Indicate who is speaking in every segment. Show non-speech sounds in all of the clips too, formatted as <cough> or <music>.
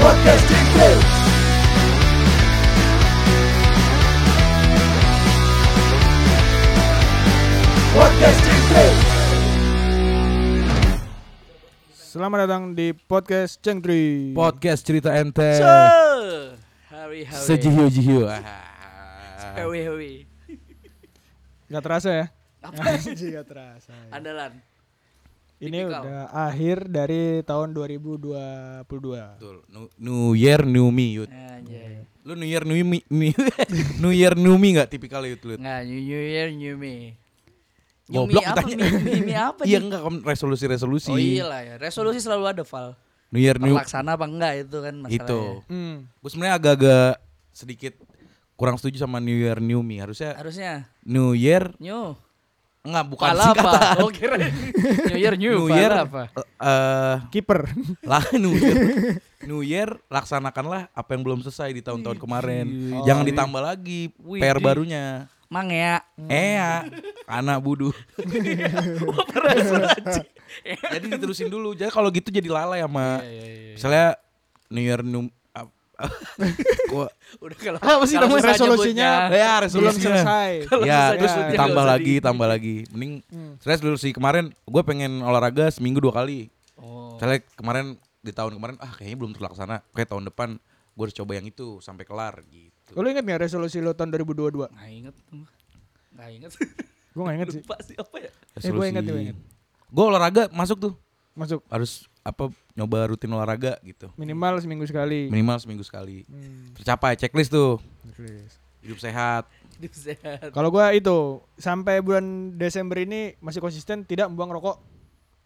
Speaker 1: Podcasting Blues. Podcasting Blues.
Speaker 2: Selamat datang di podcast Cengtri.
Speaker 3: Iya. Podcast cerita ente
Speaker 4: So, hari hari.
Speaker 3: sejihio jihio. Ah.
Speaker 4: Hari hari.
Speaker 2: Gak terasa ya?
Speaker 4: Apa?
Speaker 3: Ah.
Speaker 1: Iya,
Speaker 2: Gak terasa.
Speaker 4: Andalan.
Speaker 2: Ini
Speaker 4: Tipikal.
Speaker 2: udah akhir dari tahun 2022.
Speaker 3: Betul. Nu- New Year New Me Yud.
Speaker 4: Anjay.
Speaker 3: Lu New Year New Me, me-
Speaker 4: <laughs>
Speaker 3: New Year New Me nggak tipikal Yud lu?
Speaker 4: Nggak, new, new year new me. New
Speaker 3: Goblok,
Speaker 4: me apa?
Speaker 3: tanya.
Speaker 4: Mi, mi, mi apa
Speaker 3: Iya
Speaker 4: nih?
Speaker 3: enggak kom- resolusi-resolusi.
Speaker 4: Oh iya lah ya. Resolusi selalu ada Val.
Speaker 3: New Year New Gitu.
Speaker 4: Terlaksana apa enggak itu kan masalahnya.
Speaker 3: itu.
Speaker 2: Hmm.
Speaker 3: Gue sebenarnya agak-agak sedikit kurang setuju sama New Year New Me. Harusnya
Speaker 4: Harusnya
Speaker 3: New Year
Speaker 4: new.
Speaker 3: enggak bukan
Speaker 4: Pala
Speaker 3: singkatan.
Speaker 4: apa? Oh kira.
Speaker 3: <laughs>
Speaker 4: New year new.
Speaker 3: New
Speaker 4: pala
Speaker 3: Year
Speaker 4: apa?
Speaker 3: eh, eh,
Speaker 2: Kiper.
Speaker 3: lah <laughs> New Year New Year laksanakanlah apa yang belum selesai di tahun-tahun kemarin.
Speaker 2: Oh,
Speaker 3: Jangan
Speaker 2: iya.
Speaker 3: ditambah lagi
Speaker 4: Widih.
Speaker 3: PR barunya.
Speaker 4: Mang
Speaker 3: <laughs>
Speaker 4: ya.
Speaker 2: Hmm.
Speaker 3: Ea, anak
Speaker 2: <laughs>
Speaker 3: budu. jadi diterusin dulu. Jadi kalau gitu jadi lalai
Speaker 2: Iya,
Speaker 3: sama misalnya New Year New ap- <laughs> gua
Speaker 4: Udah kalau
Speaker 3: apa sih
Speaker 4: kalau
Speaker 3: namanya
Speaker 4: susah
Speaker 2: resolusinya?
Speaker 4: nyebutnya.
Speaker 3: ya
Speaker 2: Belum
Speaker 3: resolusinya.
Speaker 2: selesai.
Speaker 4: Kalau
Speaker 3: Ya,
Speaker 4: susah nyebutnya
Speaker 3: tambah
Speaker 4: nggak usah
Speaker 3: lagi,
Speaker 4: di-
Speaker 3: tambah lagi. Mending
Speaker 2: Hmm.
Speaker 3: stress dulu sih kemarin gue pengen olahraga seminggu dua kali.
Speaker 4: Oh.
Speaker 3: Misalnya kemarin di tahun kemarin ah kayaknya belum terlaksana. Kayak tahun depan gue harus coba yang itu sampai kelar gitu.
Speaker 2: Lu inget gak resolusi lu tahun 2022?
Speaker 4: Nggak inget. Nggak inget. <laughs>
Speaker 2: Gue gak inget sih.
Speaker 4: Lupa sih apa ya.
Speaker 2: Eh, gua ingat, gua ingat.
Speaker 3: Gue olahraga masuk tuh
Speaker 2: Masuk
Speaker 3: harus apa nyoba rutin olahraga gitu
Speaker 2: minimal seminggu sekali.
Speaker 3: minimal seminggu sekali
Speaker 2: Hmm,
Speaker 3: tercapai checklist tuh
Speaker 2: checklist.
Speaker 3: hidup sehat
Speaker 4: Hidup sehat.
Speaker 2: Kalau gua itu sampai bulan Desember ini masih konsisten tidak membuang rokok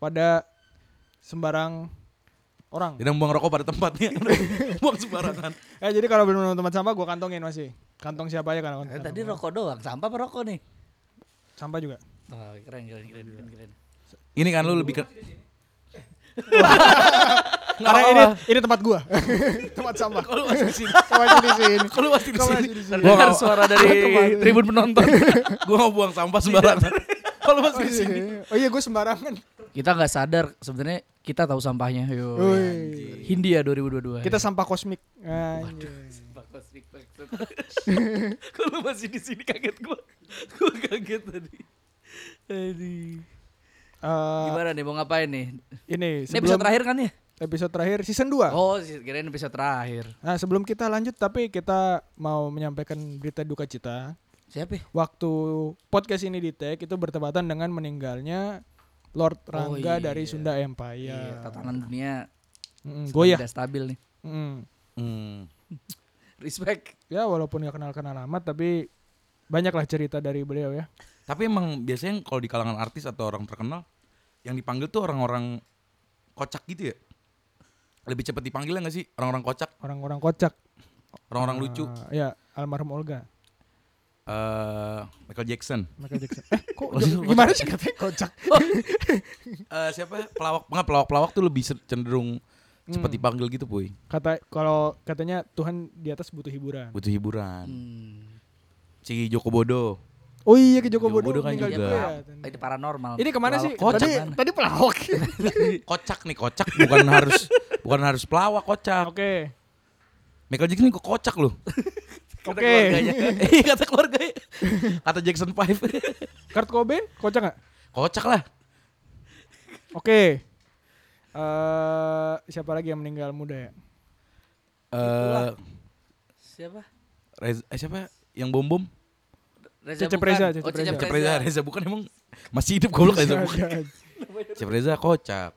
Speaker 2: pada sembarang orang.
Speaker 3: tidak buang rokok pada tempatnya <laughs> buang sembarangan
Speaker 2: Eh jadi kalau belum tempat sampah gua kantongin masih. Kantong siapa aja kan?
Speaker 4: Eh,
Speaker 2: kantong.
Speaker 4: tadi rokok doang, sampah apa rokok nih?
Speaker 2: Sampah juga.
Speaker 4: Oh, keren, keren, keren, keren, keren.
Speaker 3: ini kan lu lebih ke
Speaker 2: Karena ini ini tempat gua. <laughs> tempat sampah. Kalau masih di sini. Kalau masih di sini. Kalau masih di sini.
Speaker 4: Dengar suara dari tribun
Speaker 2: <laughs>
Speaker 4: penonton.
Speaker 3: gua mau buang sampah sembarangan kalau masih di sini
Speaker 2: Oh iya gua sembarangan.
Speaker 4: kita nggak sadar sebenarnya kita tahu sampahnya. Yo,
Speaker 2: Woi.
Speaker 4: Hindia 2022. <laughs>
Speaker 2: Kita sampah kosmik. Anjir.
Speaker 4: Kalau masih di sini kaget gua. Gua kaget tadi. Aduh.
Speaker 2: Eh,
Speaker 4: Gimana nih mau ngapain nih?
Speaker 2: ini
Speaker 4: Ini episode
Speaker 2: sebelum
Speaker 4: terakhir kan ya?
Speaker 2: episode terakhir season 2.
Speaker 4: Oh, kirain episode terakhir.
Speaker 2: Nah, sebelum kita lanjut tapi kita mau menyampaikan berita duka cita.
Speaker 4: Siapa? ya?
Speaker 2: Waktu podcast ini di tag itu bertepatan dengan meninggalnya Lord
Speaker 4: Oh,
Speaker 2: Rangga
Speaker 4: iya.
Speaker 2: dari Sunda Empire.
Speaker 4: Iya, tatanan dunia
Speaker 2: Mm, goyah.
Speaker 4: tidak stabil nih.
Speaker 2: Mm.
Speaker 3: hmm.
Speaker 4: Respect.
Speaker 2: Ya walaupun gak kenal-kenal amat tapi banyaklah cerita dari beliau ya.
Speaker 3: tapi emang biasanya kalau di kalangan artis atau orang terkenal yang dipanggil tuh orang-orang kocak gitu ya lebih cepet dipanggil nggak sih orang-orang kocak
Speaker 2: Orang-orang kocak.
Speaker 3: orang-orang lucu
Speaker 2: Ah, ya, almarhum Olga,
Speaker 3: eh Michael Jackson
Speaker 2: Michael Jackson. eh, kok gimana sih katanya kocak?
Speaker 3: Eh siapa pelawak nggak pelawak pelawak tuh lebih ser- cenderung cepat dipanggil gitu boy
Speaker 2: Kata kalau katanya Tuhan di atas butuh hiburan.
Speaker 3: butuh hiburan
Speaker 4: Hmm.
Speaker 3: si Joko Bodo
Speaker 2: Oh iya ke Joko
Speaker 3: Joko
Speaker 2: Bodo
Speaker 3: Bodo kan
Speaker 2: meninggal
Speaker 3: juga.
Speaker 2: ya.
Speaker 4: Oh, Ini paranormal.
Speaker 2: Ini kemana sih?
Speaker 4: Pelawak
Speaker 2: tadi
Speaker 4: kocak.
Speaker 2: tadi <laughs> pelawak.
Speaker 3: kocak nih kocak bukan <laughs> harus bukan harus pelawak kocak
Speaker 2: Oke.
Speaker 3: Michael Jackson kok kocak <laughs> loh
Speaker 2: Oke.
Speaker 3: Iya, kata keluarga kata Jackson Five
Speaker 2: Kurt Cobain kocak nggak?
Speaker 3: <laughs> kocak lah
Speaker 2: Oke. Eh siapa lagi yang meninggal muda ya?
Speaker 3: Eh
Speaker 4: Siapa?
Speaker 3: Reza, eh, siapa yang bom bom
Speaker 4: Reza
Speaker 2: Cecep
Speaker 4: bukan.
Speaker 2: Reza,
Speaker 4: Oh,
Speaker 2: Cecep
Speaker 4: Cecep
Speaker 2: Reza.
Speaker 3: Reza Reza bukan emang masih hidup goblok Reza bukan Cep Reza kocak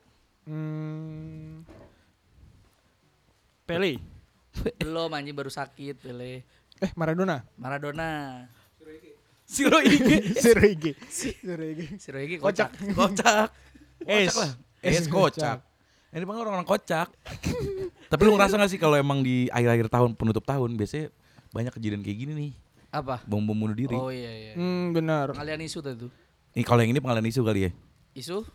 Speaker 2: Hmm. Pele.
Speaker 4: Belum anjing baru sakit Pele.
Speaker 2: Eh <laughs> Maradona.
Speaker 4: Maradona.
Speaker 3: Siro Ige
Speaker 4: <laughs>
Speaker 2: Sirigi. Sirigi.
Speaker 4: Si Royki kocak.
Speaker 3: kocak
Speaker 2: Es.
Speaker 3: kocak lah
Speaker 2: Es
Speaker 3: es kocak yang dipanggil orang-orang kocak tapi lu ngerasa gak sih kalau emang di akhir-akhir tahun penutup tahun biasanya banyak kejadian kayak gini nih
Speaker 4: Apa?
Speaker 3: bom bom bunuh diri
Speaker 4: Oh iya iya.
Speaker 2: Hmm benar.
Speaker 4: Pengalian isu tadi tuh.
Speaker 3: ini kalau yang ini pengalian isu kali ya
Speaker 4: Isu?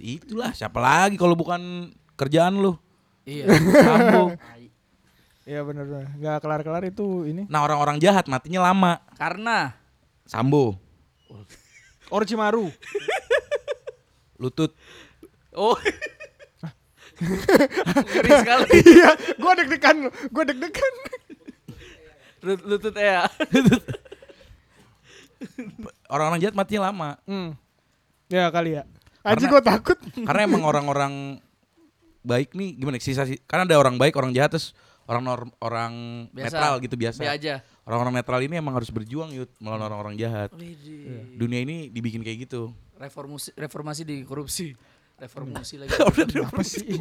Speaker 3: itulah siapa lagi kalau bukan kerjaan lu
Speaker 4: Iya.
Speaker 3: Sambung.
Speaker 4: Tai.
Speaker 2: Iya benar. benar. Nggak kelar-kelar itu ini.
Speaker 3: nah orang-orang jahat matinya lama
Speaker 4: Karena
Speaker 3: sambo
Speaker 2: Orochimaru.
Speaker 3: lutut
Speaker 4: oh Ngeri sekali.
Speaker 2: <laughs> Iya, gue deg-degan, gue deg-degan.
Speaker 4: Lut- Lutut <laughs> ya.
Speaker 3: Orang-orang jahat matinya lama.
Speaker 2: Hmm. Ya kali ya. Aji
Speaker 3: Karena-
Speaker 2: gue takut.
Speaker 3: Karena emang orang-orang baik nih gimana sisa sih? Karena ada orang baik, orang jahat terus orang norm, orang
Speaker 4: Biasa.
Speaker 3: netral gitu biasa.
Speaker 4: Be aja.
Speaker 3: Orang-orang netral ini emang harus berjuang yut melawan orang-orang jahat.
Speaker 4: Widih.
Speaker 3: Dunia ini dibikin kayak gitu.
Speaker 4: Reformasi reformasi di korupsi. Reformasi lagi.
Speaker 2: Apa
Speaker 3: <laughs>
Speaker 2: sih?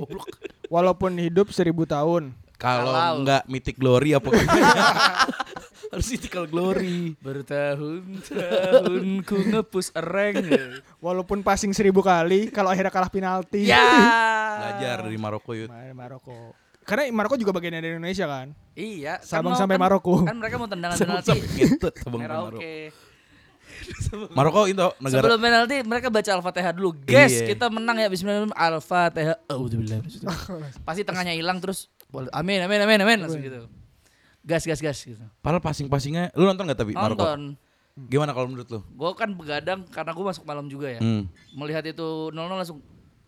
Speaker 2: Walaupun hidup seribu tahun.
Speaker 3: Kalau
Speaker 4: Kalau-
Speaker 3: nggak mythic glory apa gimana? harus mythical glory.
Speaker 4: Bertahun-tahun ku ngepus ereng.
Speaker 2: Walaupun passing seribu kali, kalau akhirnya kalah penalti.
Speaker 3: Iya.
Speaker 4: ya.
Speaker 3: Belajar dari Maroko yut.
Speaker 2: Mar- Maroko. Karena Maroko juga bagian dari Indonesia kan.
Speaker 4: Iya. kan
Speaker 2: Sabang
Speaker 4: mau-
Speaker 2: sampai
Speaker 4: kan-
Speaker 2: Maroko.
Speaker 4: Kan mereka mau tendangan
Speaker 3: Sabang
Speaker 4: penalti.
Speaker 3: sampai ngentut, sabang sampai Maroko.
Speaker 4: Merauke.
Speaker 3: Maroko itu negara
Speaker 4: Sebelum penalti mereka baca Al-Fatihah dulu. Guys,
Speaker 3: Iya.
Speaker 4: kita menang ya bismillahirrahmanirrahim. Al-Fatihah.
Speaker 3: <laughs>
Speaker 4: Auzubillahi minasyaitonir. Pasti tengahnya hilang terus boleh- amin amin amin amin langsung gitu. Gas gas gas gitu.
Speaker 3: padahal passing-passingnya lu nonton nggak tapi Maroko?
Speaker 4: Nonton.
Speaker 3: Gimana kalau menurut lu?
Speaker 4: Gue kan begadang karena gue masuk malam juga ya.
Speaker 3: Hmm.
Speaker 4: Melihat itu 0-0 langsung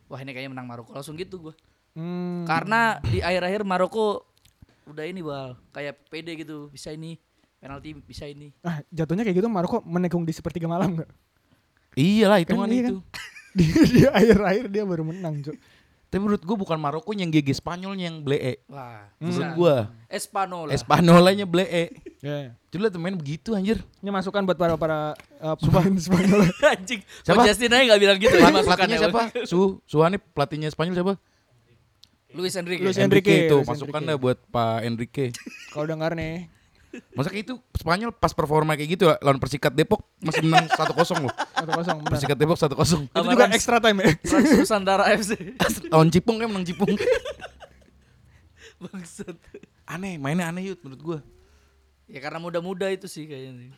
Speaker 4: wah ini kayaknya menang Maroko. Langsung gitu gue.
Speaker 2: Hmm.
Speaker 4: Karena di akhir-akhir Maroko udah ini bal kayak pede gitu bisa ini penalti bisa ini
Speaker 2: Ah, jatuhnya kayak gitu Maroko menekung di sepertiga malam gak?
Speaker 3: Iyalah hitungan
Speaker 2: iya
Speaker 3: itu.
Speaker 2: <laughs> di, di akhir-akhir dia baru menang, Cuk.
Speaker 3: Tapi menurut gua bukan Maroko yang GG Spanyolnya yang blee.
Speaker 4: wah
Speaker 2: Hmm.
Speaker 3: Hmm. Menurut
Speaker 4: bisa.
Speaker 3: gua
Speaker 4: Espanola
Speaker 3: Espanolanya blee.
Speaker 2: Ya.
Speaker 3: Dulu tuh main begitu anjir.
Speaker 2: Ini masukan buat para para uh, <laughs> pemain Spanyol.
Speaker 4: <laughs> anjing
Speaker 3: Siapa?
Speaker 4: siapa? Justin aja gak bilang gitu
Speaker 3: Pelat-
Speaker 4: masukannya,
Speaker 3: pelatihnya
Speaker 4: Bal.
Speaker 3: siapa? Su Suhani pelatihnya Spanyol siapa?
Speaker 4: Luis Enrique.
Speaker 2: Luis Enrique,
Speaker 3: Enrique itu
Speaker 2: Luis
Speaker 3: masukan
Speaker 2: Enrique.
Speaker 3: dah buat Pak Enrique.
Speaker 2: Kalau dengar nih,
Speaker 3: Masa kayak itu Spanyol pas performa kayak gitu lawan Persikat Depok masih menang <laughs> 1-0 loh.
Speaker 2: 1-0 benar.
Speaker 3: Persikat Depok 1-0.
Speaker 2: Itu
Speaker 4: Sama
Speaker 2: juga
Speaker 4: Rans-
Speaker 2: extra time ya.
Speaker 4: Rans Nusantara FC.
Speaker 3: Lawan Cipung kan menang Cipung.
Speaker 4: <laughs> Bangsat.
Speaker 3: <laughs> aneh, mainnya aneh yut menurut gua.
Speaker 4: Ya karena muda-muda itu sih kayaknya.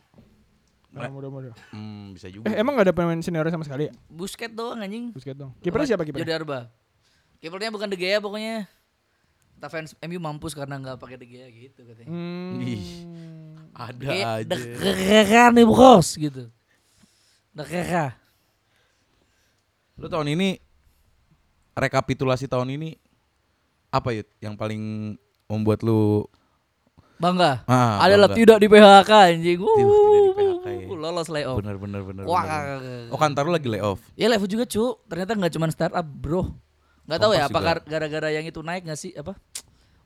Speaker 2: Nah, mudah-mudah.
Speaker 3: Hmm, bisa juga.
Speaker 2: Eh emang gak ada pemain senior sama sekali ya?
Speaker 4: Busket doang anjing.
Speaker 2: Busquets dong. Kipernya siapa
Speaker 4: Jordi
Speaker 2: kipernya?
Speaker 4: Arba. Kipernya bukan De Gea pokoknya. Kata fans MU mampus karena nggak pakai De Gea gitu katanya.
Speaker 2: Hmm.
Speaker 3: Ih, ada
Speaker 4: De Gea-
Speaker 3: aja.
Speaker 4: De Gea nih bros gitu. De Gea.
Speaker 3: Lu tahun ini rekapitulasi tahun ini apa yut yang paling membuat lu
Speaker 4: Bangga.
Speaker 3: Ah,
Speaker 4: Adalah
Speaker 3: bangga.
Speaker 4: tidak di PHK anjing. Wuh,
Speaker 3: tidak di PHK, ya.
Speaker 4: Lolos layoff.
Speaker 3: bener bener bener.
Speaker 4: Wah.
Speaker 3: bener. Oh kan ntar lu lagi layoff.
Speaker 4: Ya level juga cu, ternyata nggak cuma startup bro. Nggak tahu ya
Speaker 3: Kompas
Speaker 4: apa
Speaker 3: juga.
Speaker 4: gar- gara-gara yang itu naik nggak sih apa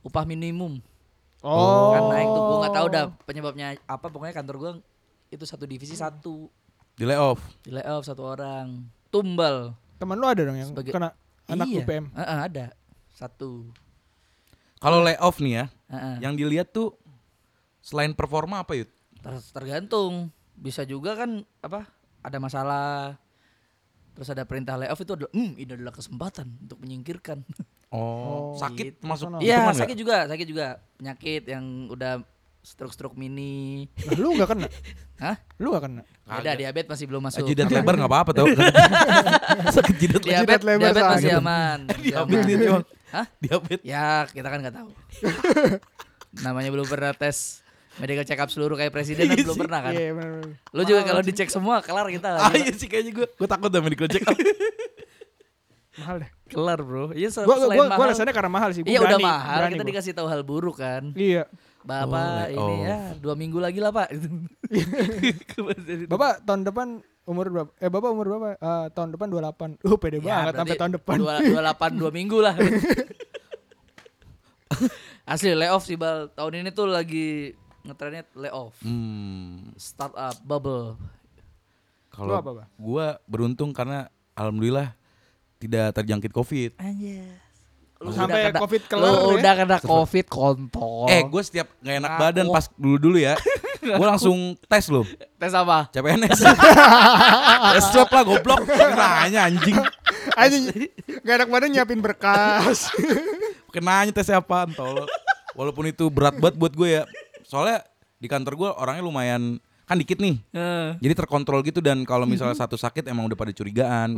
Speaker 4: upah minimum
Speaker 2: Oh.
Speaker 4: kan naik tuh gue nggak tahu dah penyebabnya apa pokoknya kantor gue itu satu divisi satu
Speaker 3: Di layoff.
Speaker 4: di layoff satu orang tumbal
Speaker 2: Teman lu ada dong yang
Speaker 4: Sebagai-
Speaker 2: kena anak
Speaker 4: Iya.
Speaker 2: UPM.
Speaker 4: Heeh, ada satu
Speaker 3: Kalau layoff nih ya,
Speaker 4: Heeh.
Speaker 3: yang dilihat tuh selain performa apa yut?
Speaker 4: Ter- tergantung bisa juga kan apa ada masalah terus ada perintah layoff itu adalah hmm ini adalah kesempatan untuk menyingkirkan
Speaker 3: Oh, sakit masuk
Speaker 2: Sono.
Speaker 4: Iya
Speaker 3: hitungan nggak?
Speaker 4: sakit juga, sakit juga penyakit yang udah stroke-stroke mini.
Speaker 2: Nah, lu gak kena.
Speaker 4: Hah?
Speaker 2: Lu gak kena.
Speaker 4: Beda diabetes masih belum masuk.
Speaker 3: Jidat lebar nggak apa-apa tau. sakit jidat
Speaker 2: jidat
Speaker 3: lebar.
Speaker 4: diabetes,
Speaker 2: lebar ah, gitu.
Speaker 4: diabetes masih
Speaker 2: sakit. <laughs>
Speaker 4: aman. masih
Speaker 3: Diabetes
Speaker 4: aman.
Speaker 3: dia, Bang. <laughs>
Speaker 4: Hah?
Speaker 3: Diabetes.
Speaker 4: Ya, kita kan
Speaker 2: <laughs>
Speaker 4: nggak tahu. Namanya belum pernah tes medical check up seluruh kayak presiden kan belum pernah kan.
Speaker 2: Iya, benar. benar.
Speaker 4: Lu juga kalau dicek semua kelar kita.
Speaker 3: Ah
Speaker 4: gila.
Speaker 3: iya sih kayaknya gue. Gue takut sama medical check up.
Speaker 2: Mahal deh.
Speaker 4: Kelar, Bro. Iya, sel-
Speaker 2: Gua gua
Speaker 4: selain
Speaker 2: gua, gua
Speaker 4: mahal.
Speaker 2: alasannya karena mahal sih. Gua
Speaker 4: Iya udah
Speaker 2: berani,
Speaker 4: mahal,
Speaker 2: berani
Speaker 4: kita
Speaker 2: gua.
Speaker 4: dikasih tahu hal buruk kan.
Speaker 2: Iya.
Speaker 4: Bapak
Speaker 3: Oh,
Speaker 4: ini ya dua minggu lagi lah Pak.
Speaker 2: <laughs> Bapak tahun depan umur berapa? Eh Bapak umur berapa? Eh, tahun depan 28. Uh, pede banget sampai tahun depan.
Speaker 4: Ya, Iya, Dua, 28 dua minggu lah. <laughs> Asli layoff sih Bal. Tahun ini tuh lagi ngetrennya layoff.
Speaker 3: Hmm,
Speaker 4: Startup bubble.
Speaker 2: Lu
Speaker 3: kalau
Speaker 2: apa, Bang?
Speaker 3: gue beruntung karena alhamdulillah tidak terjangkit covid.
Speaker 4: Anjir. Lu
Speaker 2: Sampai
Speaker 4: udah kena-
Speaker 2: Covid kelar
Speaker 4: Lu
Speaker 2: lu ya?
Speaker 4: udah kena Covid kontol.
Speaker 3: Eh gue setiap nggak enak
Speaker 4: Ngaku.
Speaker 3: badan pas dulu dulu ya, gue langsung tes loh.
Speaker 4: tes apa?
Speaker 3: CPNS. Tes swab lah goblok. Kenanya anjing.
Speaker 2: <laughs> Anjing. Gak enak badan nyiapin berkas.
Speaker 3: Kenanya tes apaan tolol. Walaupun itu berat banget buat gue ya. Soalnya di kantor gue orangnya lumayan kan dikit nih.
Speaker 4: Heeh.
Speaker 3: Jadi terkontrol gitu dan kalau misalnya satu sakit emang udah pada curigaan.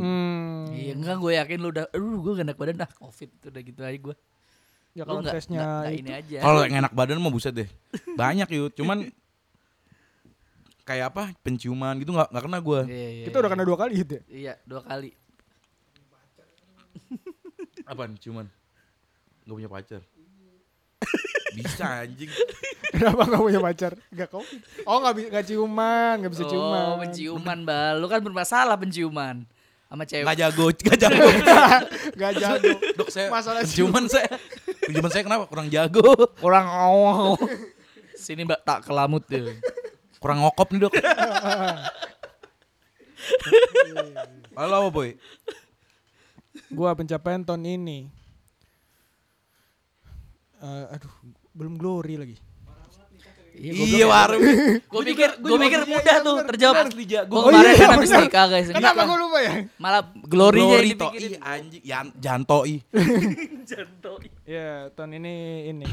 Speaker 2: <laughs> hmm.
Speaker 4: Iya enggak gue yakin lu udah aduh gue gak enak badan dah Covid udah gitu aja gue.
Speaker 2: Ya
Speaker 4: Lu
Speaker 2: kalau
Speaker 4: nggak- nggak-
Speaker 2: tesnya
Speaker 4: nggak
Speaker 2: itu
Speaker 4: ini aja.
Speaker 3: Kalau yang enak badan mah buset deh. Banyak yuk, <laughs> cuman kayak apa penciuman gitu nggak nggak kena gue.
Speaker 4: Iya, iya,
Speaker 2: kita udah kena dua kali gitu ya.
Speaker 4: Iya, dua kali.
Speaker 3: Apaan ciuman? Gak punya <laughs> pacar. Bisa anjing.
Speaker 2: <laughs> Kenapa gak punya pacar? Gak covid. Oh gak, bi- gak ciuman, gak bisa ciuman.
Speaker 4: Oh, penciuman, Bal. Lu kan bermasalah penciuman sama cewek.
Speaker 3: Gak jago, gak jago.
Speaker 2: gak
Speaker 4: <laughs>
Speaker 2: jago.
Speaker 3: <laughs> Dok saya
Speaker 2: Masalah
Speaker 3: ciuman saya. Ciuman saya kenapa kurang jago?
Speaker 4: Kurang oh. <laughs> Sini Mbak tak kelamut tuh.
Speaker 3: Kurang ngokop nih, Dok. Lalu apa, Boy?
Speaker 2: Gua pencapaian tahun ini. Eh, aduh, belum glory lagi.
Speaker 3: Iya, warung.
Speaker 4: Gue ya. pikir, gue pikir mudah tuh terjawab. Gue
Speaker 2: Oh iya,
Speaker 4: kemarin kan habis
Speaker 2: bener.
Speaker 4: nikah guys.
Speaker 2: Kenapa
Speaker 4: nikah.
Speaker 2: gua iya. lupa ya?
Speaker 4: Malah gitu. glorinya yang
Speaker 3: Glory to
Speaker 4: dipikirin.
Speaker 3: i anjing, Yan- jantoi.
Speaker 2: Iya, tahun ini ini.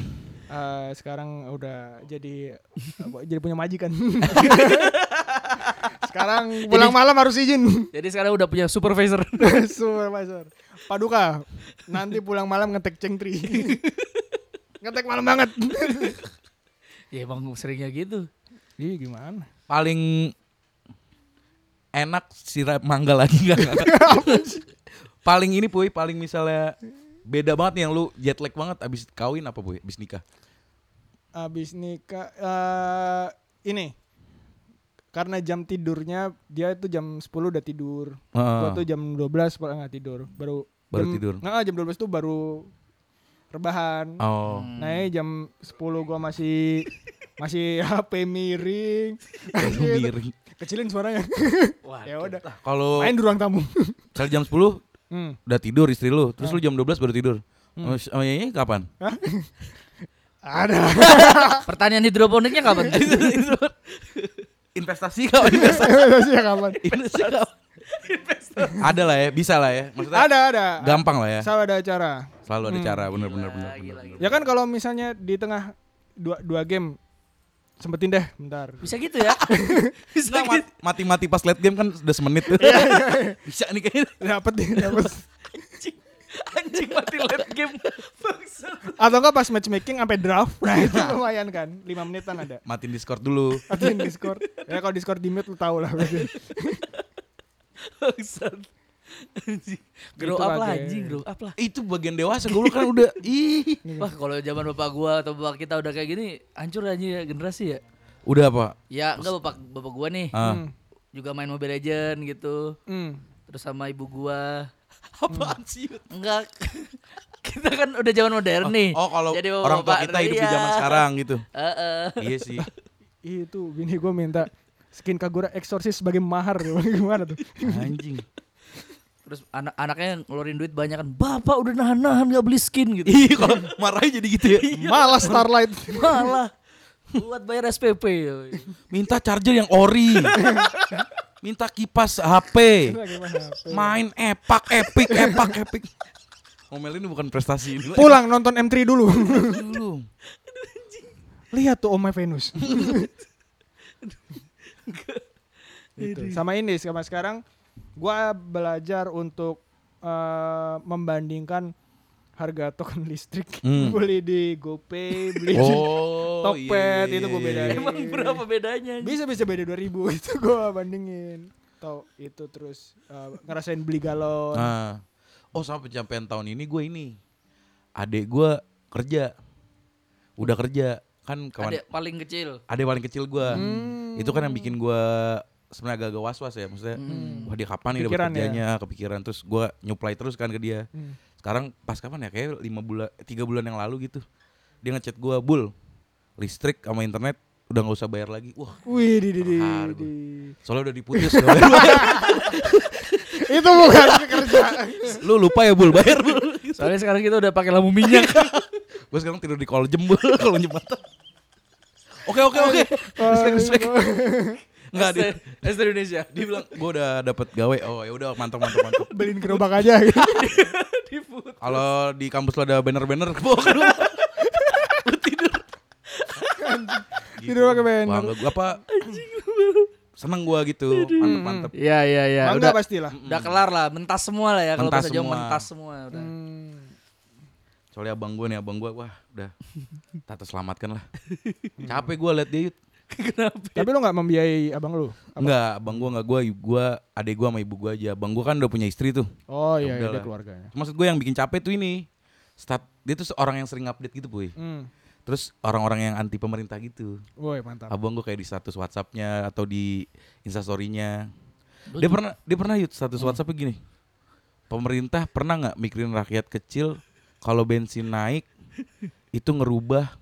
Speaker 2: Eh, sekarang udah jadi apa, jadi punya majikan. <laughs> sekarang pulang malam harus izin. <laughs>
Speaker 4: Jadi sekarang udah punya supervisor. <laughs>
Speaker 2: Supervisor. Paduka, nanti pulang malam ngetek <laughs> cengtri. ngetek malam <laughs> banget.
Speaker 4: ya emang seringnya gitu.
Speaker 2: Ih, Iya, gimana?
Speaker 3: Paling enak sirap mangga lagi enggak?
Speaker 2: <laughs>
Speaker 3: paling ini, Puy, paling misalnya beda banget nih yang lu jet lag banget abis kawin apa, Puy? Abis nikah.
Speaker 2: Abis nikah eh ini karena jam tidurnya dia itu jam 10 udah tidur. Gua tuh
Speaker 3: Heeh.
Speaker 2: jam 12 pernah nggak tidur, baru
Speaker 3: Ah. Baru
Speaker 2: jam,
Speaker 3: tidur.
Speaker 2: Nah, jam 12 tuh baru rebahan.
Speaker 3: Oh. <laughs>
Speaker 2: Nah, ini jam 10 gua masih masih <laughs> HP miring. Iya,
Speaker 3: miring.
Speaker 2: Kecilin suaranya.
Speaker 4: Wah.
Speaker 2: ya udah.
Speaker 3: Kalau
Speaker 2: Main di ruang tamu. <laughs>
Speaker 3: misalnya jam 10
Speaker 2: hmm.
Speaker 3: udah tidur istri lu, terus
Speaker 2: Iya.
Speaker 3: lu jam 12 baru tidur. Oh, si- oh iya, iya, kapan? <laughs>
Speaker 2: Ada.
Speaker 4: Pertanyaan hidroponiknya kapan?
Speaker 3: Investasi
Speaker 2: <laughs>
Speaker 3: kapan? Investasi,
Speaker 2: Maksudnya kapan?
Speaker 3: investasi kapan? ada lah ya, bisa lah ya. Maksudnya
Speaker 2: Ada, Hmm. ada.
Speaker 3: gampang lah ya.
Speaker 2: Selalu ada acara.
Speaker 3: Selalu ada cara, bener-bener bener.
Speaker 4: gila,
Speaker 3: bener,
Speaker 4: gila.
Speaker 3: bener.
Speaker 2: Ya kan kalau misalnya di tengah dua dua game sempetin deh bentar.
Speaker 4: Bisa gitu ya? Bisa
Speaker 3: Nggak, Nah,
Speaker 4: gitu.
Speaker 3: mat- mati-mati pas late game kan udah semenit.
Speaker 2: Iya,
Speaker 3: <laughs> bisa nih kayaknya.
Speaker 2: Dapat deh, dapat.
Speaker 4: Anjing. Anjing mati late game. Bangsat.
Speaker 2: Atau enggak pas matchmaking sampai draft. Nah, itu lumayan kan. 5 menitan ada.
Speaker 3: Matiin Discord dulu.
Speaker 2: Atau yang Discord. Ya kalau Discord di mute lu tau lah. berarti.
Speaker 4: Bangsat. Anjing. Grow
Speaker 2: Gitu
Speaker 4: up lah
Speaker 2: lagi.
Speaker 4: anjing, grow up lah.
Speaker 3: Itu bagian dewasa gue kan udah ih.
Speaker 4: Wah, kalau zaman bapak gua atau bapak kita udah kayak gini, hancur aja generasi ya.
Speaker 3: Udah apa?
Speaker 4: Ya, enggak bapak bapak gua nih
Speaker 3: Ah.
Speaker 4: juga main Mobile Legend gitu.
Speaker 2: Hmm.
Speaker 4: Terus sama ibu gua. <laughs>
Speaker 3: Apaan sih?
Speaker 4: Enggak. <laughs> kita kan udah zaman modern nih.
Speaker 3: Oh, kalau
Speaker 4: Jadi
Speaker 3: orang tua
Speaker 4: bapak-bapak-
Speaker 3: kita hidup di
Speaker 4: iya.
Speaker 3: zaman sekarang gitu.
Speaker 4: Heeh.
Speaker 3: Iya <laughs> sih.
Speaker 2: Itu bini gue minta skin Kagura Exorcist sebagai mahar. <laughs> Gimana tuh?
Speaker 3: Anjing.
Speaker 4: <laughs> Terus anak-anaknya ngeluarin duit banyak kan. Bapak udah nahan-nahan gak beli skin gitu.
Speaker 3: Ih, Iya, kalau marahnya jadi gitu ya.
Speaker 2: Malah Starlight.
Speaker 4: Malah buat bayar SPP.
Speaker 3: Minta charger yang <laughs> ori. Minta kipas HP. Main epak epic epak epic. Ngomel ini bukan prestasi
Speaker 2: <laughs>
Speaker 3: ini.
Speaker 2: Pulang nonton M3 dulu. <laughs>
Speaker 3: dulu.
Speaker 2: Lihat tuh Oh My Venus. Gitu. Sama ini sama sekarang gua belajar untuk eh, membandingkan harga token <laughs> listrik
Speaker 3: Hmm.
Speaker 2: beli di GoPay, beli di
Speaker 3: Oh,
Speaker 2: Tokped,
Speaker 3: iya,
Speaker 2: itu gue
Speaker 3: iya, iya.
Speaker 2: bedain.
Speaker 4: Emang berapa bedanya? anjing?
Speaker 2: bisa bisa beda 2000 <laughs> itu gua bandingin. Tau itu terus eh, ngerasain beli galon.
Speaker 3: Nah. Oh, sama pencapaian tahun ini gue ini. Adik gue kerja. Udah kerja. Kan kawan
Speaker 4: Ada paling kecil.
Speaker 3: ada yang paling kecil gue
Speaker 2: Hmm.
Speaker 3: itu kan yang bikin gue sebenarnya agak-agak was-was ya maksudnya wah dia kapan nih
Speaker 2: Hmm.
Speaker 3: dapat
Speaker 2: Kepikiran ya?
Speaker 3: kerjanya kepikiran terus gue nyuplai terus kan ke dia
Speaker 2: Hmm.
Speaker 3: sekarang pas kapan ya kayak lima bulan tiga bulan yang lalu gitu dia ngechat gue bul listrik sama internet udah nggak usah bayar lagi wah
Speaker 2: Wih, di, di, di,
Speaker 3: Terharu gua.
Speaker 2: di.
Speaker 3: soalnya udah
Speaker 2: <laughs>
Speaker 3: diputus nggak bayar.
Speaker 2: itu bukan kerja.
Speaker 3: lu lupa ya bul bayar bul
Speaker 4: Soalnya sekarang kita udah pakai lampu <laughs> minyak.
Speaker 3: gue sekarang tidur di koljem <laughs> bul kalau nyematan oke oke oke respect respect nggak dia
Speaker 4: Asli Indonesia.
Speaker 3: dia bilang
Speaker 4: <laughs>
Speaker 3: gue udah dapat gawe oh ya udah mantap mantap mantap
Speaker 2: <laughs> Beliin gerobak aja. gitu.
Speaker 3: Kalau di kampus lo ada banner-banner <laughs> bawa ke rumah. Lu tidur.
Speaker 2: Tidur pakai banner.
Speaker 3: Bangga gua apa? Seneng gua gitu. Mantep-mantep.
Speaker 4: Iya iya iya.
Speaker 2: Bangga
Speaker 4: Udah,
Speaker 2: pastilah.
Speaker 4: udah kelar lah, mentas semua lah ya kalau
Speaker 3: Mentas
Speaker 4: bahasa Jawa
Speaker 3: semua.
Speaker 4: mentas semua udah. Iya.
Speaker 2: Hmm.
Speaker 3: Soalnya abang gua nih, abang gua wah udah tata selamatkan lah. Capek gua liat dia. Yud.
Speaker 4: Kenapa?
Speaker 2: Tapi lu nggak membiayai abang lu?
Speaker 3: Enggak, abang gua enggak gua, gua adek gua sama ibu gua aja. Abang gua kan udah punya istri tuh.
Speaker 2: Oh iya,
Speaker 3: Ya udah
Speaker 2: ada
Speaker 3: lah.
Speaker 2: keluarganya.
Speaker 3: Maksud gua yang bikin capek tuh ini. stat dia tuh orang yang sering update gitu puy
Speaker 2: Hmm.
Speaker 3: terus orang-orang yang anti pemerintah gitu
Speaker 2: Woi, mantap.
Speaker 3: abang gue kayak di status WhatsAppnya atau di instastorynya
Speaker 4: Lu Oh.
Speaker 3: dia
Speaker 4: ju-
Speaker 3: pernah dia pernah yut status WhatsAppnya gini pemerintah pernah nggak mikirin rakyat kecil kalau bensin
Speaker 4: <laughs>
Speaker 3: naik itu ngerubah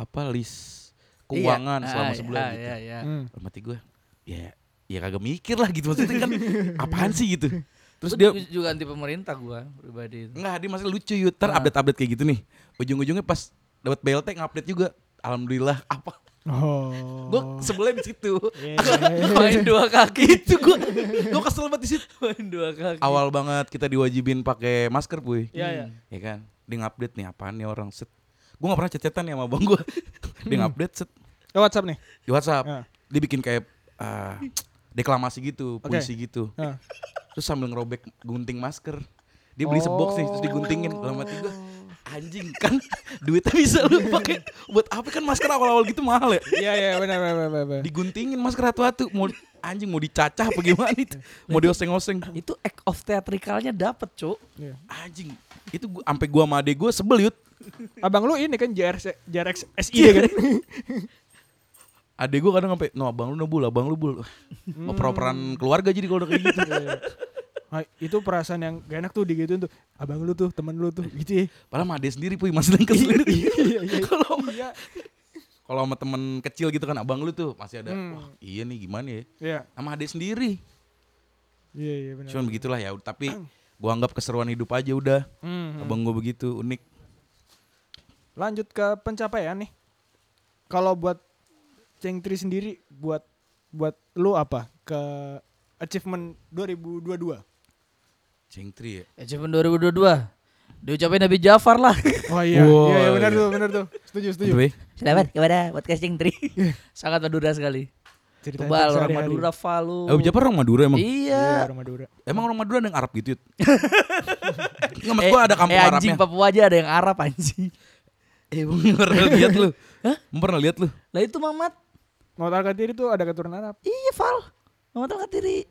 Speaker 3: apa list keuangan
Speaker 4: Iya,
Speaker 3: selama
Speaker 4: ah,
Speaker 3: sebulan
Speaker 4: ah,
Speaker 3: gitu
Speaker 4: iya, iya.
Speaker 2: Hmm.
Speaker 3: mati gue ya ya kagak mikir lah gitu maksudnya
Speaker 4: <laughs>
Speaker 3: kan apaan sih gitu terus dia
Speaker 4: Gua ju- juga anti pemerintah gua pribadi itu.
Speaker 3: nggak dia masih lucu yuk ter
Speaker 4: Ah.
Speaker 3: update update kayak gitu nih ujung-ujungnya pas dapat BLT ngupdate juga alhamdulillah apa
Speaker 2: Oh.
Speaker 3: gue sebelnya di
Speaker 4: <laughs>
Speaker 3: situ
Speaker 2: Iya.
Speaker 4: Main dua kaki itu gua
Speaker 3: gue kesel banget di situ
Speaker 4: <laughs> main dua kaki.
Speaker 3: awal banget kita diwajibin pakai masker puy
Speaker 2: Iya, iya.
Speaker 3: ya kan dia ngupdate nih apaan nih orang set gue nggak pernah cecetan ya sama bang
Speaker 2: <laughs>
Speaker 3: gue dia ngupdate set
Speaker 2: Eh, WhatsApp nih.
Speaker 3: di WhatsApp
Speaker 2: Ah.
Speaker 3: dia bikin kayak ah, deklamasi gitu
Speaker 2: Oke.
Speaker 3: puisi gitu
Speaker 2: Ah.
Speaker 3: terus sambil ngerobek gunting masker dia beli sebox nih terus diguntingin dalam hati gue anjing kan duitnya bisa lu pakai buat apa kan masker awal-awal gitu mahal ya
Speaker 2: Iya, iya, benar benar benar, benar.
Speaker 3: diguntingin masker hatu-hatu mau anjing mau dicacah apa gimana itu mau dioseng-oseng
Speaker 4: Itu act of theatricalnya dapet, Cuk.
Speaker 2: Iya.
Speaker 3: anjing itu gua sampai gua sama adek gua sebel yut
Speaker 2: Abang lu ini kan JRX JRX SI kan.
Speaker 3: adek gua kadang sampai no abang lu no bul abang lu bul
Speaker 2: Hmm.
Speaker 3: oper-operan keluarga jadi kalau udah kayak gitu
Speaker 2: Ah, itu perasaan yang gak enak tuh digituin tuh. Abang lu tuh, temen lu tuh gitu ya.
Speaker 3: padahal sama adek sendiri puy maksudnya yang kesel
Speaker 2: Iya, iya.
Speaker 3: kalau
Speaker 2: Iya.
Speaker 3: kalau sama temen kecil gitu kan abang lu tuh masih ada
Speaker 2: Hmm.
Speaker 3: wah iya nih gimana ya
Speaker 2: Iya,
Speaker 3: sama adek sendiri
Speaker 2: iya, iya benar.
Speaker 3: cuman begitulah ya tapi gua anggap keseruan hidup aja udah
Speaker 2: Hmm.
Speaker 3: abang gua begitu unik
Speaker 2: Lanjut ke pencapaian nih. Kalau buat Ceng Tri sendiri buat buat lu apa ke achievement 2022?
Speaker 3: cengtri ya
Speaker 4: Achievement 2022. Diucapin Nabi Jafar lah. <laughs>
Speaker 2: Oh iya,
Speaker 3: Wah,
Speaker 2: iya, iya benar
Speaker 3: iya.
Speaker 2: tuh, benar tuh. Setuju, setuju.
Speaker 3: Apa ya?
Speaker 4: Selamat kepada podcast Cing Tri. <laughs> Sangat Madura sekali.
Speaker 2: Ceritanya
Speaker 4: Tebal orang
Speaker 2: sehari-hari.
Speaker 4: Madura Falu.
Speaker 3: Abu Jafar Eh, orang Madura emang
Speaker 2: Iya,
Speaker 4: Iya.
Speaker 2: orang Madura.
Speaker 3: emang orang Madura ada yang Arab gitu Yud? nggak maksud gua ada kampung
Speaker 4: eh, anjing
Speaker 3: Arabnya
Speaker 4: Papua aja ada yang Arab anjing.
Speaker 3: eh emang pernah lihat lu
Speaker 4: Hah?
Speaker 3: Emang pernah lihat lu
Speaker 4: <laughs> Lah itu Mamat.
Speaker 2: Motor Katiri tuh ada keturunan Arab.
Speaker 4: Iya, Fal. Mamat Al-Katiri.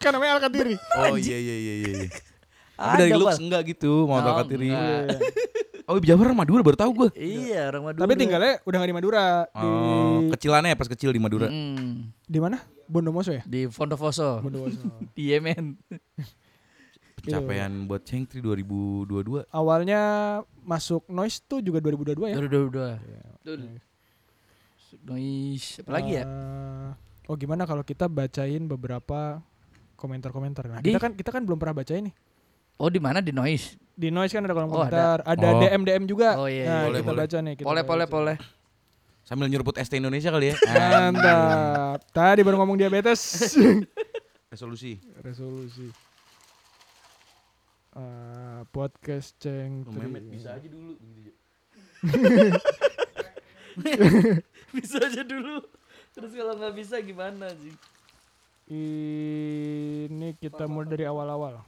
Speaker 2: kan namanya Al Katiri.
Speaker 3: oh iya iya iya iya iya. tapi dari
Speaker 4: Ada,
Speaker 3: looks
Speaker 4: Fal.
Speaker 3: enggak gitu mau
Speaker 4: Oh,
Speaker 3: tau katiri
Speaker 4: enggak.
Speaker 3: oh Abu Jafar orang Madura baru tahu gua
Speaker 4: Iya, orang Madura.
Speaker 2: Tapi tinggalnya udah gak di Madura, di
Speaker 3: Oh, kecilannya ya pas kecil di Madura
Speaker 4: Mm,
Speaker 2: di mana? Bondowoso ya?
Speaker 4: di Iya, Fondovoso. <laughs>
Speaker 2: Bondowoso.
Speaker 4: Di Yemen.
Speaker 3: pencapaian buat Cengtri 2022
Speaker 2: Awalnya masuk noise tuh juga 2022 ya.
Speaker 4: 2022. Betul. Noise. Apa lagi ya?
Speaker 3: Ah.
Speaker 2: Eh, oh gimana kalau kita bacain beberapa komentar-komentar. Nah, kita
Speaker 4: Di-
Speaker 2: kan kita kan belum pernah bacain nih.
Speaker 4: Oh, di mana di Noise?
Speaker 2: Di noise kan ada kolom
Speaker 4: Oh,
Speaker 2: komentar, ada
Speaker 3: Oh.
Speaker 2: DM DM juga.
Speaker 4: Oh, iya,
Speaker 2: Nah,
Speaker 4: iya. Boleh,
Speaker 2: kita
Speaker 3: boleh.
Speaker 2: baca nih. Kita
Speaker 4: Pole pole
Speaker 3: ya.
Speaker 2: baca.
Speaker 4: pole. <laughs>
Speaker 3: sambil nyeruput ST Indonesia kali ya
Speaker 4: <laughs>
Speaker 2: Mantap. Tadi baru ngomong diabetes.
Speaker 3: resolusi
Speaker 2: Resolusi. Eh, podcast ceng. Tri.
Speaker 3: aja dulu
Speaker 4: bisa aja dulu. Terus kalau nggak bisa gimana sih?
Speaker 2: Ini kita mulai dari awal-awal.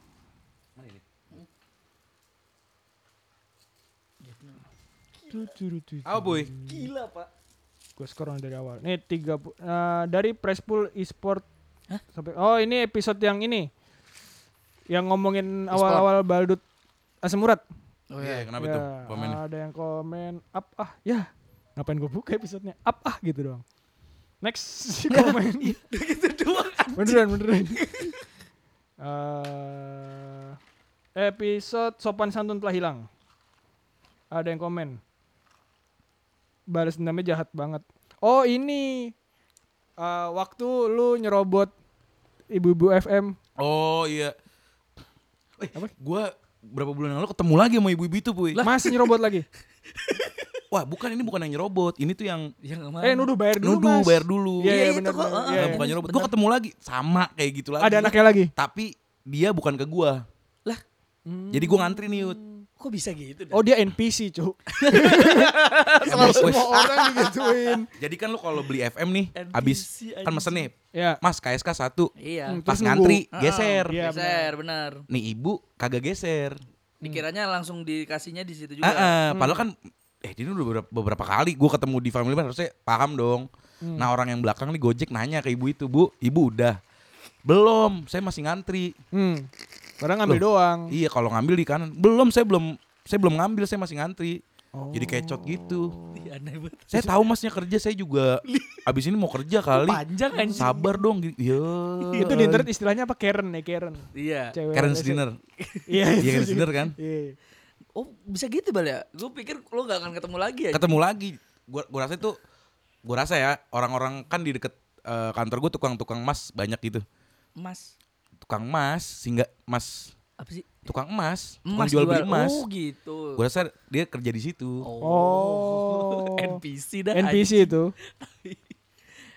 Speaker 3: apa Ah, boy
Speaker 4: Gila, Pak.
Speaker 2: Gue scroll dari awal. Nih tiga pu- eh, dari Presspool Esport sampai oh ini episode yang ini yang ngomongin
Speaker 4: Esport.
Speaker 2: awal-awal Baldut Asemurat.
Speaker 4: Oh
Speaker 3: Iya,
Speaker 4: iya.
Speaker 3: kenapa tuh
Speaker 2: Ya,
Speaker 3: komennya?
Speaker 2: Ada yang komen up ah ya. Ngapain gue buka episodenya? Up ah gitu doang. Next <laughs>
Speaker 3: Ya.
Speaker 2: komen.
Speaker 3: Iya.
Speaker 2: beneran beneran. <laughs> Eh, episode sopan santun telah hilang. Ada yang komen. Balas dendamnya jahat banget. Oh ini Eh, waktu lu nyerobot ibu-ibu FM.
Speaker 3: oh iya eh
Speaker 2: Apa?
Speaker 3: gua berapa bulan yang lalu ketemu lagi sama ibu-ibu itu puy
Speaker 2: Masih nyerobot
Speaker 3: <laughs>
Speaker 2: lagi.
Speaker 3: wah bukan ini bukan yang nyerobot ini tuh yang
Speaker 4: Ya nggak
Speaker 2: Eh nuduh bayar dulu
Speaker 3: nuduh
Speaker 2: mas.
Speaker 3: bayar dulu
Speaker 2: Iya, iya,
Speaker 4: Iya, itu
Speaker 2: benar,
Speaker 4: kok,
Speaker 2: benar. Iya,
Speaker 4: ah,
Speaker 3: Nah,
Speaker 2: iya.
Speaker 3: bukan
Speaker 4: ini
Speaker 3: nyerobot gue
Speaker 4: bener.
Speaker 3: ketemu lagi sama kayak gitu lagi
Speaker 2: Ada anaknya lagi.
Speaker 3: tapi dia bukan ke gua
Speaker 4: Lah.
Speaker 3: jadi gua ngantri nih Yud.
Speaker 4: Kok bisa gitu?
Speaker 2: Oh dia NPC cu
Speaker 3: Emang, wes.
Speaker 2: Semua orang digituin
Speaker 3: <laughs> jadi kan lu kalau beli FM nih
Speaker 4: NPC,
Speaker 3: abis kan mesen nih
Speaker 2: Ya
Speaker 3: mas KSK satu
Speaker 4: Iya.
Speaker 2: Hmm,
Speaker 3: pas
Speaker 2: Terus
Speaker 3: ngantri
Speaker 4: Heeh.
Speaker 3: geser
Speaker 2: Iya,
Speaker 4: Geser, benar. Hmm.
Speaker 3: nih ibu kagak geser
Speaker 4: Dikiranya langsung dikasihnya di
Speaker 2: Iya.
Speaker 4: situ
Speaker 3: Ah,
Speaker 4: juga.
Speaker 3: ah,
Speaker 2: Hmm.
Speaker 3: padahal kan eh dia udah beberapa, beberapa kali gua ketemu di family man harusnya paham dong
Speaker 2: Hmm.
Speaker 3: nah orang yang belakang nih gojek nanya ke ibu itu bu ibu udah belum saya masih ngantri
Speaker 2: hmm. Padahal ngambil
Speaker 3: Loh.
Speaker 2: doang.
Speaker 3: Iya, kalau ngambil di kanan. Belum, saya belum saya belum ngambil, saya masih ngantri.
Speaker 2: Oh.
Speaker 3: Jadi kecot gitu.
Speaker 4: Iya, aneh banget.
Speaker 3: Saya tahu masnya kerja, saya
Speaker 4: <laughs>
Speaker 3: juga abis ini mau kerja kali.
Speaker 4: Panjang anjing.
Speaker 3: Sabar dong. gitu. Iya.
Speaker 2: Itu di internet istilahnya apa Karen ya Karen.
Speaker 4: Iya.
Speaker 2: Cewek
Speaker 3: Karen's
Speaker 2: biasa.
Speaker 3: dinner.
Speaker 2: Iya,
Speaker 3: Iya,
Speaker 2: itu
Speaker 3: Karen's
Speaker 2: sih.
Speaker 3: dinner kan.
Speaker 2: Iya.
Speaker 4: Oh bisa gitu bal ya? Gue pikir lo gak akan ketemu lagi ya.
Speaker 3: Ketemu lagi. Gua gua rasa itu gua rasa ya orang-orang kan di deket eh, kantor gue tukang-tukang emas banyak gitu.
Speaker 4: Mas.
Speaker 3: Tukang emas, sehingga mas
Speaker 4: Apa sih?
Speaker 3: tukang emas, tukang
Speaker 4: Mas
Speaker 3: jual beli emas.
Speaker 4: Oh gitu.
Speaker 3: Gue rasa dia kerja di situ.
Speaker 2: Oh.
Speaker 4: NPC dah. anjing.
Speaker 2: NPC itu.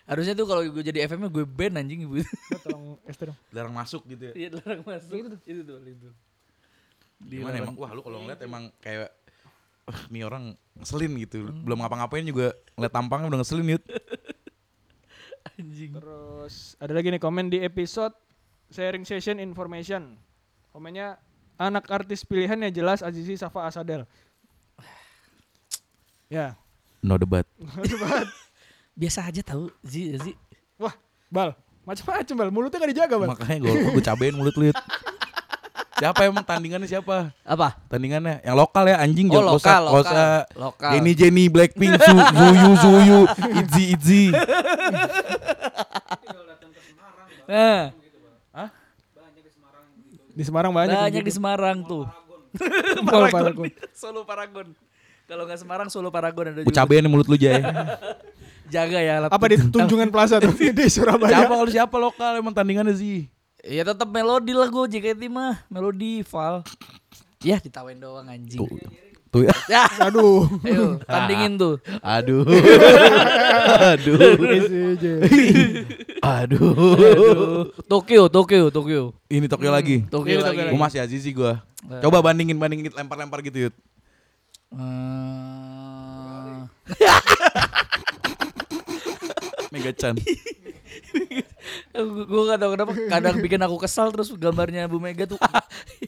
Speaker 4: Harusnya tuh kalau gue jadi FM-nya gue ban anjing ibu.
Speaker 2: Gua Tolong es teh dong.
Speaker 3: Larang masuk gitu ya.
Speaker 4: <laughs> Iya dilarang masuk. Itu tuh. Itu tuh. Itu.
Speaker 3: Gimana emang? Wah, lu kalau ngeliat
Speaker 4: Iya,
Speaker 3: emang kayak "Wah, ini orang ngeselin gitu.
Speaker 4: Hmm.
Speaker 3: Belum ngapa-ngapain juga ngeliat tampangnya udah ngeselin yut.
Speaker 4: Anjing.
Speaker 2: Terus ada lagi nih komen di episode sharing session information. Komennya anak artis pilihannya jelas Azizi Safa Asadel. Ya,
Speaker 3: No debat.
Speaker 4: Biasa aja tahu Zi Zi.
Speaker 2: wah, bal, macam-macam bal, mulutnya gak dijaga bal.
Speaker 3: Makanya gue gue cabain mulut lu Yud. Siapa emang tandingannya siapa?
Speaker 4: Apa?
Speaker 3: Tandingannya yang lokal ya anjing
Speaker 4: Oh,
Speaker 3: Joko
Speaker 4: lokal, lokal,
Speaker 3: Kosa,
Speaker 4: lokal.
Speaker 3: Jenny Jenny Blackpink Su, Zuyu Zuyu Itzy Itzy.
Speaker 4: Eh,
Speaker 2: Di Semarang banyak. gitu.
Speaker 4: banyak di Semarang tuh.
Speaker 2: Solo Paragon.
Speaker 4: Solo Paragon. Kalau nggak Semarang Solo Paragon ada
Speaker 3: Gue
Speaker 4: juga.
Speaker 3: cabain mulut lu Jay.
Speaker 4: Jaga ya
Speaker 2: <laughs>
Speaker 4: laptop.
Speaker 2: Apa di Tunjungan Plaza tuh <laughs> di Surabaya?
Speaker 3: siapa kalau siapa lokal emang tandingannya sih?
Speaker 4: Ya tetap melodi lah gue JKT mah melodi Val. ya ditawain doang anjing.
Speaker 3: Tuh tuh. tuh ya.
Speaker 4: Ya,
Speaker 2: Aduh.
Speaker 4: <laughs> ayo tandingin tuh.
Speaker 3: Aduh. Aduh. Aduh.
Speaker 4: Tokyo, Tokyo, Tokyo.
Speaker 3: Ini Tokyo lagi.
Speaker 4: Hmm, Tokyo
Speaker 2: Ini Tokyo
Speaker 4: lagi.
Speaker 3: Gue masih Azizi gue. Coba bandingin bandingin lempar-lempar gitu Yud.
Speaker 4: Eh,
Speaker 3: Mega Chan.
Speaker 4: gue gak tau kenapa kadang bikin aku kesal terus gambarnya Bu Mega tuh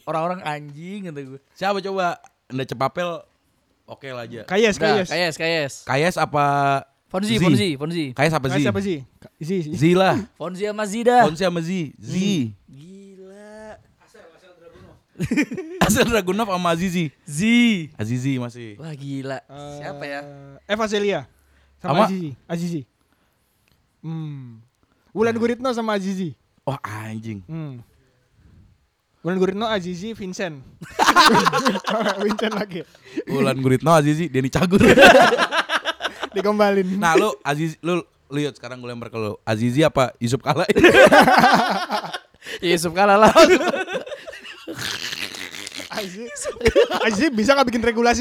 Speaker 4: orang-orang anjing gitu gue.
Speaker 3: Siapa coba? Anda cepapel. Oke lah aja.
Speaker 2: Kayes,
Speaker 4: Udah,
Speaker 2: kayes.
Speaker 4: kayes, kayes.
Speaker 3: Kayas apa?
Speaker 4: Fonzi,
Speaker 3: Zi.
Speaker 4: Fonzi, Fonzi.
Speaker 3: Kayas apa
Speaker 2: Kayes
Speaker 3: sih?
Speaker 2: siapa sih? Ka- Zi, Zi.
Speaker 3: Zi lah.
Speaker 4: Fonzi sama Zida.
Speaker 3: Ponsi sama Zi. Zi.
Speaker 4: Gila.
Speaker 3: <laughs> Asal Dragunov sama Azizi.
Speaker 4: Zi.
Speaker 3: Azizi masih.
Speaker 4: Wah gila.
Speaker 2: Eh,
Speaker 4: Siapa ya?
Speaker 2: Eva Celia sama
Speaker 3: Sama?
Speaker 2: Azizi. Azizi. Hmm. Wulan Guritno sama Azizi.
Speaker 3: Wah anjing.
Speaker 2: Hmm. Wulan Guritno, Azizi, Vincent. <laughs> Vincent lagi.
Speaker 3: Ulan Guritno Azizi Denny Cagur.
Speaker 2: Dikembalin.
Speaker 3: nah lu Azizi lu lu Yud, sekarang gue lempar ke lu. Azizi apa Yusuf Kala?
Speaker 4: Eh. Yusuf kalah <laughs> lah.
Speaker 2: Azizi. Azizi bisa nggak bikin regulasi?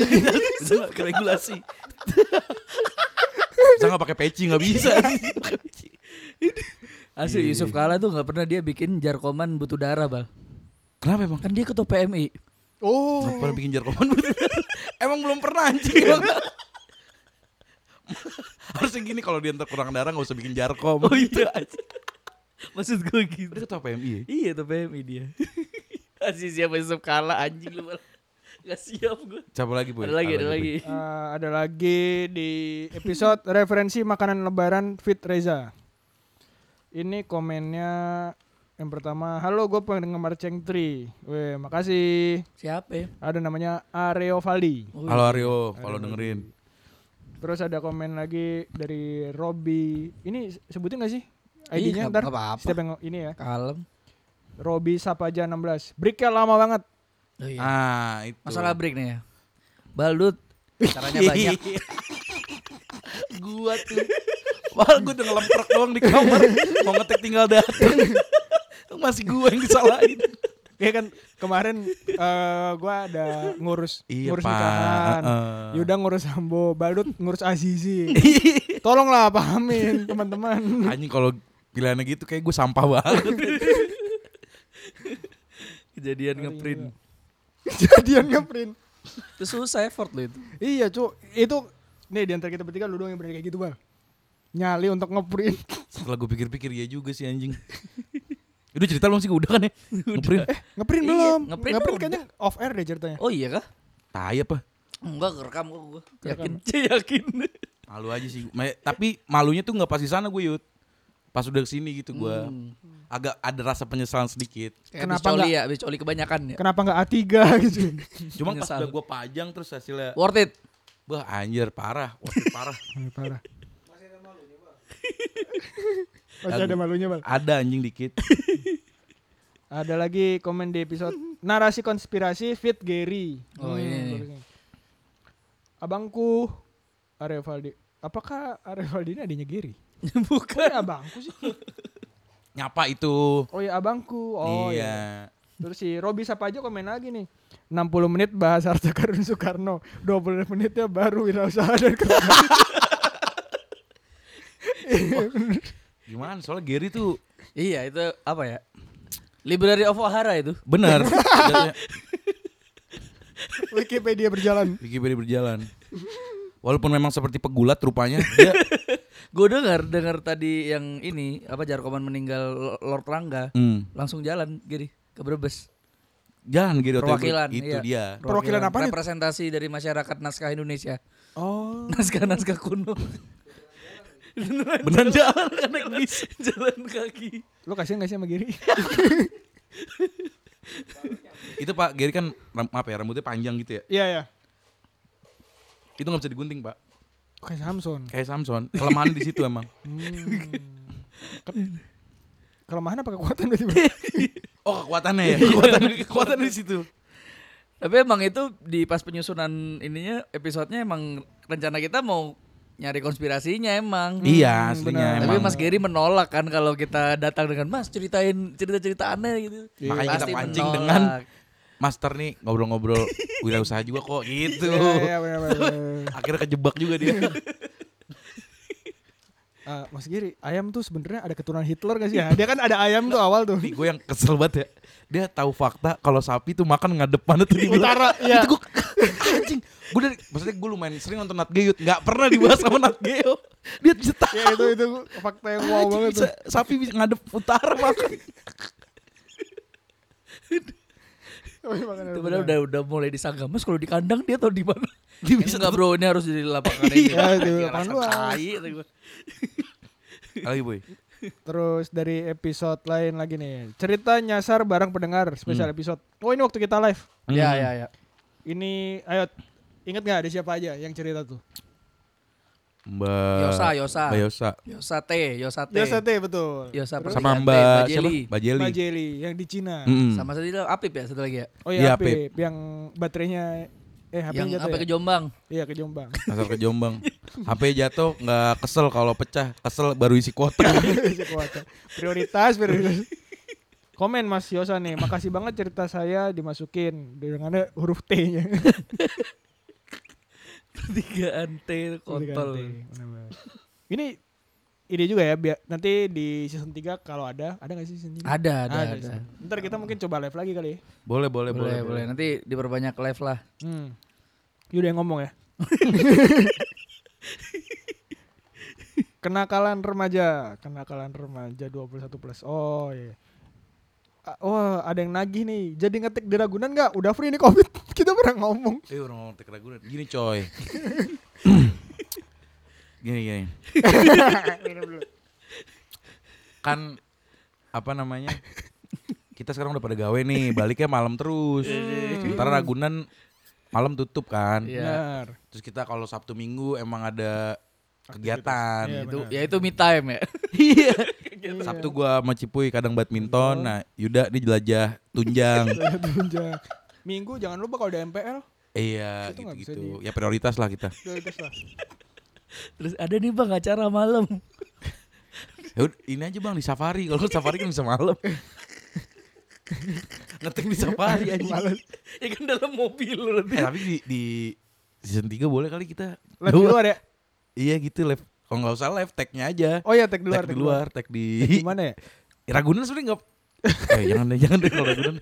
Speaker 3: regulasi. Bisa nggak pakai peci nggak bisa.
Speaker 4: Asli Yusuf Kala tuh nggak pernah dia bikin jarkoman butuh darah bal.
Speaker 3: Kenapa emang?
Speaker 4: Kan dia ketua PMI.
Speaker 2: <laughs> Oh.
Speaker 3: Belum pernah bikin jarkoman <laughs> Emang belum pernah anjing emang. Harusnya gini kalau dia ntar kurang darah gak usah bikin jarkom
Speaker 4: Oh iya. <laughs> anjing. Maksud gue gitu.
Speaker 3: Dia ketua PMI ya?
Speaker 4: Iya tuh PMI dia. <laughs> Asli siapa Yusuf Kala anjing lu bal. Gak siap gue.
Speaker 3: Siapa lagi Boy?
Speaker 4: Ada lagi, ada
Speaker 3: Boy.
Speaker 4: lagi.
Speaker 2: Eh, ada lagi di episode referensi makanan lebaran Fit Reza. Ini komennya yang pertama, halo gue penggemar Ceng Tri. Weh, makasih.
Speaker 4: Siapa ya?
Speaker 2: Ada namanya Areovaldi.
Speaker 4: Oh,
Speaker 3: Halo
Speaker 4: iya.
Speaker 3: Aryo, kalau dengerin
Speaker 2: Terus ada komen lagi dari Robby. Ini sebutin gak sih?
Speaker 4: Ih,
Speaker 2: ID-nya
Speaker 4: nggak-
Speaker 2: ntar
Speaker 4: nggak apa-apa.
Speaker 2: setiap yang ini ya.
Speaker 4: Kalem.
Speaker 2: Robby Sapaja 16. Breaknya lama banget.
Speaker 4: Oh, iya.
Speaker 3: Ah itu
Speaker 4: Masalah break nih ya. Baldut. Caranya banyak.
Speaker 3: Gua <laughs> tuh Wah gue udah ngelemprek doang di kamar Mau ngetik tinggal datang Masih gua yang disalahin
Speaker 2: Ya kan kemarin <laughs> eh, gua ada ngurus
Speaker 3: Iya,
Speaker 2: ngurus
Speaker 3: Pak.
Speaker 2: nikahan.
Speaker 3: Heeh.
Speaker 2: Yuda ngurus Sambo, Badut ngurus Azizi. Tolonglah pahamin teman-teman.
Speaker 3: Anjing kalau pilihannya gitu kayak gue sampah
Speaker 4: <laughs>
Speaker 3: banget
Speaker 4: <laughs> Kejadian ngeprint.
Speaker 2: Kejadian ngeprint.
Speaker 4: Itu susah effort lo itu.
Speaker 2: Iya, Cuk. Itu nih di antara kita bertiga lu doang yang berani kayak gitu, Bang. Nyali untuk ngeprint.
Speaker 3: Setelah gue pikir-pikir ya juga sih anjing Udah cerita lu sih udah
Speaker 4: <laughs>
Speaker 3: kan ya Ngeprint
Speaker 2: Ngeprint
Speaker 4: Iya,
Speaker 2: belum?
Speaker 4: ngeprint
Speaker 2: ngeprint
Speaker 4: udah.
Speaker 2: kayaknya off air deh ceritanya.
Speaker 4: Oh iya kah?
Speaker 3: Tai apa
Speaker 4: Enggak kerekam kok gue. Yakin,
Speaker 2: Kerekam.
Speaker 4: yakin. <laughs>
Speaker 3: Malu aja sih Ma- Tapi malunya tuh gak pas di sana gue Yud Pas udah kesini gitu gue
Speaker 4: Hmm.
Speaker 3: agak ada rasa penyesalan sedikit.
Speaker 4: Kenapa
Speaker 2: Kenapa
Speaker 4: coli ya, habis coli kebanyakan ya.
Speaker 2: Kenapa nggak A3 <laughs> gitu?
Speaker 3: Cuma pas
Speaker 4: Menyesal.
Speaker 3: udah gue pajang terus hasilnya,
Speaker 4: Worth it.
Speaker 3: wah anjir parah, wah parah.
Speaker 2: Ini
Speaker 4: <laughs>
Speaker 2: Parah. Masih ada malunya, Bang.
Speaker 3: Ada anjing dikit.
Speaker 2: Ada lagi komen di
Speaker 4: <laughs>
Speaker 2: episode narasi konspirasi Fit Gary.
Speaker 4: Oh, ini nih.
Speaker 2: bagusnya. Abangku Arevaldi. Apakah Arevaldi ini adanya Gary? Kok
Speaker 4: <laughs> Bukan.
Speaker 2: ini abangku sih.
Speaker 3: Nyapa itu.
Speaker 2: Oh ya abangku. Oh iya.
Speaker 3: iya.
Speaker 2: Terus si Robi siapa aja komen lagi nih. 60 menit bahas harta karun Soekarno, 20 menitnya baru wirausaha
Speaker 4: <laughs>
Speaker 2: dan kerja.
Speaker 3: Gimana? Soalnya Gary tuh
Speaker 4: Iya, itu apa ya? Library of O'Hara itu.
Speaker 3: bener. Jatuhnya
Speaker 2: Wikipedia berjalan.
Speaker 3: Wikipedia berjalan. Walaupun memang seperti pegulat rupanya, dia
Speaker 4: Gue dengar dengar tadi yang ini apa Jarkoman meninggal Lord Rangga.
Speaker 3: hmm,
Speaker 4: Langsung jalan Giri ke Brebes.
Speaker 3: jalan Gary waktu itu.
Speaker 4: Perwakilan.
Speaker 3: Itu
Speaker 4: iya.
Speaker 3: dia.
Speaker 2: Perwakilan apa nih?
Speaker 4: Representasi dari masyarakat naskah Indonesia. <laughs>
Speaker 2: Oh.
Speaker 4: Naskah-naskah
Speaker 3: <laughs>
Speaker 4: kuno. <laughs> Beneran
Speaker 3: Beneran jalan.
Speaker 4: naik bis jalan kaki.
Speaker 2: Lo kasihan gak sih sama Gary?
Speaker 3: Itu Pak Gary kan ram- apa ya rambutnya panjang gitu ya.
Speaker 2: <laughs> Iya ya.
Speaker 3: Itu nggak bisa digunting Pak.
Speaker 2: Kayak Samson.
Speaker 3: Kayak Samson. Kelemahan di situ emang.
Speaker 2: Kelemahan apa kekuatan berarti? <laughs> Bang?
Speaker 3: <laughs> Oh <laughs> kekuatannya ya. Kekuatan, kekuatan di situ.
Speaker 4: Tapi emang itu di pas penyusunan ininya episodenya emang rencana kita mau nyari konspirasinya emang.
Speaker 3: Iya aslinya
Speaker 2: benar.
Speaker 4: Tapi
Speaker 3: emang.
Speaker 4: Mas Giri menolak kan kalau kita datang dengan Mas ceritain cerita-cerita aneh gitu.
Speaker 3: Makanya kita
Speaker 4: Pasti
Speaker 3: pancing
Speaker 4: menolak.
Speaker 3: dengan Master nih ngobrol-ngobrol wirausaha juga kok gitu.
Speaker 2: Iya, iya, benar, benar, benar.
Speaker 3: Akhirnya kejebak juga dia.
Speaker 2: <laughs> Eh, Mas Giri, ayam tuh sebenarnya ada keturunan Hitler gak sih? Ya, dia kan ada ayam tuh awal tuh. <laughs>
Speaker 3: Nih gue yang kesel banget ya. Dia tahu fakta kalau sapi tuh makan ngadepan atau di utara.
Speaker 2: iya.
Speaker 3: Itu gue <laughs> anjing. Gue dari maksudnya gue lumayan sering nonton Nat Geo, nggak pernah dibahas sama Nat Geo. Dia bisa tahu.
Speaker 2: ya itu itu fakta yang wow
Speaker 3: Anjing,
Speaker 2: banget <laughs> tuh.
Speaker 3: bisa- sapi bisa ngadep utara <laughs> makan.
Speaker 4: Itu padahal udah udah mulai disanggah Mas kalau di kandang dia tahu di mana.
Speaker 3: <laughs> Dia
Speaker 4: Bisa
Speaker 3: bisa
Speaker 4: enggak bro ini harus di lapangan ini.
Speaker 2: Iya, di
Speaker 4: Dia
Speaker 2: lapangan
Speaker 4: rasa
Speaker 2: luas.
Speaker 4: tai, kata gua.
Speaker 3: Lagi boy.
Speaker 2: Terus dari episode lain lagi nih. Cerita nyasar bareng pendengar spesial episode. Oh, ini waktu kita live.
Speaker 4: Ya
Speaker 3: Hmm.
Speaker 4: ya ya.
Speaker 2: Ini ayo ingat nggak ada siapa aja yang cerita tuh?
Speaker 3: Mbak
Speaker 4: Yosa, Yosa.
Speaker 3: Mbak Yosa.
Speaker 4: Yosa T, Yosa T.
Speaker 2: Yosa T betul.
Speaker 4: Yosa
Speaker 2: Terus
Speaker 3: Sama
Speaker 4: T,
Speaker 3: Mbak
Speaker 4: Mbak
Speaker 3: siapa?
Speaker 4: Jeli.
Speaker 3: Mbak Jeli.
Speaker 2: Mbak Jeli yang di Cina.
Speaker 3: Mm-mm.
Speaker 4: Sama satu itu Apip ya satu lagi ya.
Speaker 2: Oh iya,
Speaker 3: Iya,
Speaker 2: Apip, yang baterainya eh HP
Speaker 4: yang
Speaker 2: jatuh.
Speaker 4: apa ke
Speaker 2: ya?
Speaker 4: Jombang. <laughs>
Speaker 2: Iya, ke Jombang. <laughs>
Speaker 3: Asal ke Jombang. HP jatuh nggak kesel kalau pecah, kesel baru isi kuota.
Speaker 2: Isi kuota. prioritas prioritas komen Mas Yosa nih makasih banget cerita saya dimasukin dengan huruf <laughs> T-nya
Speaker 4: Pertigaan T kontol.
Speaker 2: ini ide juga ya biar nanti di season 3 kalau ada ada nggak sih season 3?
Speaker 4: Ada, ada, ada.
Speaker 2: ntar kita mungkin coba live lagi kali ya.
Speaker 3: Boleh, boleh,
Speaker 4: <laughs>
Speaker 3: boleh.
Speaker 4: Boleh, boleh. Nanti diperbanyak live lah.
Speaker 2: hmm. Yuda yang ngomong ya kenakalan remaja kenakalan remaja 21 plus oh iya Ah, Wah ada yang nagih nih Jadi ngetik di Ragunan gak? Udah free nih covid <laughs> Kita pernah ngomong
Speaker 3: Eh orang ngomong tek ragunan. Gini coy.
Speaker 4: <laughs>
Speaker 3: gini gini. kan apa namanya? Kita sekarang udah pada gawe nih, baliknya malam terus. Sementara Ragunan malam tutup kan.
Speaker 4: Iya.
Speaker 2: Benar.
Speaker 3: Terus kita kalau Sabtu Minggu emang ada kegiatan.
Speaker 2: Iya,
Speaker 3: Itu
Speaker 4: Itu ya itu me time ya.
Speaker 3: Sabtu gua sama Cipuy kadang
Speaker 2: Iya.
Speaker 3: badminton. Nah, Yuda dia jelajah
Speaker 2: <laughs>
Speaker 3: tunjang.
Speaker 2: Tunjang. Minggu jangan lupa kalau ada MPL
Speaker 3: iya,
Speaker 2: Itu nggak bisa
Speaker 3: gitu-gitu. Ya prioritas lah kita.
Speaker 2: prioritas lah.
Speaker 4: Terus ada nih Bang acara malam.
Speaker 3: Ya udah, ini aja bang di safari kalau safari kan bisa
Speaker 2: <laughs>
Speaker 3: malam ngetik di safari aja
Speaker 4: ya kan dalam mobil
Speaker 3: eh,
Speaker 4: lu nanti.
Speaker 3: tapi di, di season 3 boleh kali kita
Speaker 2: Live di luar ya?
Speaker 3: <laughs> iya gitu live kalau nggak usah live tagnya aja
Speaker 2: Oh iya tag di luar,
Speaker 3: tag di luar tag di
Speaker 2: Gimana ya?
Speaker 3: Ragunan sebenarnya nggak eh, jangan deh jangan deh kalau
Speaker 2: <laughs>
Speaker 3: Ragunan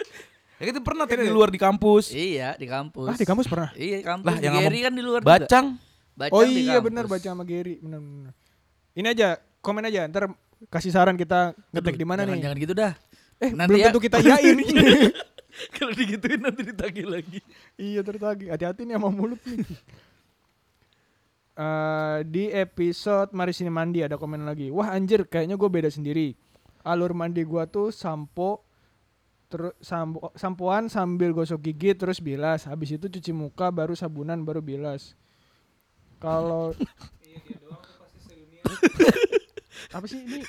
Speaker 3: ya kita pernah tag di luar di kampus
Speaker 4: Iya, di kampus.
Speaker 2: Ah di kampus pernah.
Speaker 4: Iya, di kampus.
Speaker 3: lah
Speaker 4: Di
Speaker 3: yang
Speaker 4: Gary
Speaker 3: ngomong
Speaker 4: kan di luar juga.
Speaker 3: bacang
Speaker 4: Bacang
Speaker 2: Oh
Speaker 4: di
Speaker 2: iya
Speaker 4: kampus.
Speaker 2: benar baca sama Gary, benar benar. Ini aja komen aja ntar kasih saran kita ngetek di mana
Speaker 4: Jangan-
Speaker 2: nih.
Speaker 4: Jangan gitu dah.
Speaker 2: Eh,
Speaker 4: Nanti
Speaker 2: belum
Speaker 4: ya.
Speaker 2: tentu kita
Speaker 4: <laughs>
Speaker 2: yain.
Speaker 4: Kalau digituin nanti ditagih lagi. <laughs>
Speaker 2: iya tertagi. Hati-hati nih sama mulut nih. Eh, di episode Mari Sini Mandi ada komen lagi. Wah anjir kayaknya gue beda sendiri. alur mandi gua tuh sampo terus sampo, sampoan sambil gosok gigi terus bilas. Habis itu cuci muka baru sabunan baru bilas. Kalau <laughs> apa sih ini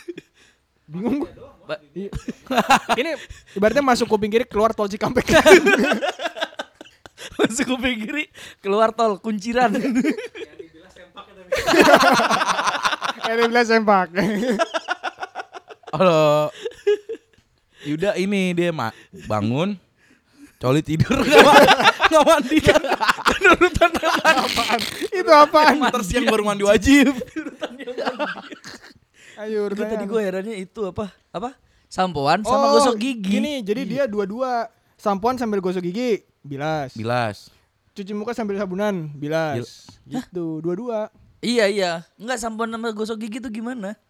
Speaker 2: bingung gua.
Speaker 4: Ba-
Speaker 2: Iya. <laughs> ini ibaratnya masuk kuping kiri keluar tol Cikampek.
Speaker 4: Masuk kuping kiri, keluar tol kunciran.
Speaker 2: <laughs> Ini bilang sempak.
Speaker 3: Halo. Yuda ini dia ma- bangun. Coli tidur <laughs> nggak ma- nggak mandi kan? Kan urutan apaan?
Speaker 2: itu apaan?
Speaker 3: Terus yang baru mandi wajib.
Speaker 2: Ayo
Speaker 4: Gua tadi
Speaker 2: urut
Speaker 4: gue herannya itu apa? Apa? Sampoan sama
Speaker 2: Oh,
Speaker 4: gosok gigi.
Speaker 2: Gini, jadi dia dua-dua. Sampoan sambil gosok gigi, bilas.
Speaker 3: Bilas.
Speaker 2: Cuci muka sambil sabunan, bilas. Gitu, dua-dua.
Speaker 4: Iya iya, nggak sampoan sama gosok gigi tuh gimana?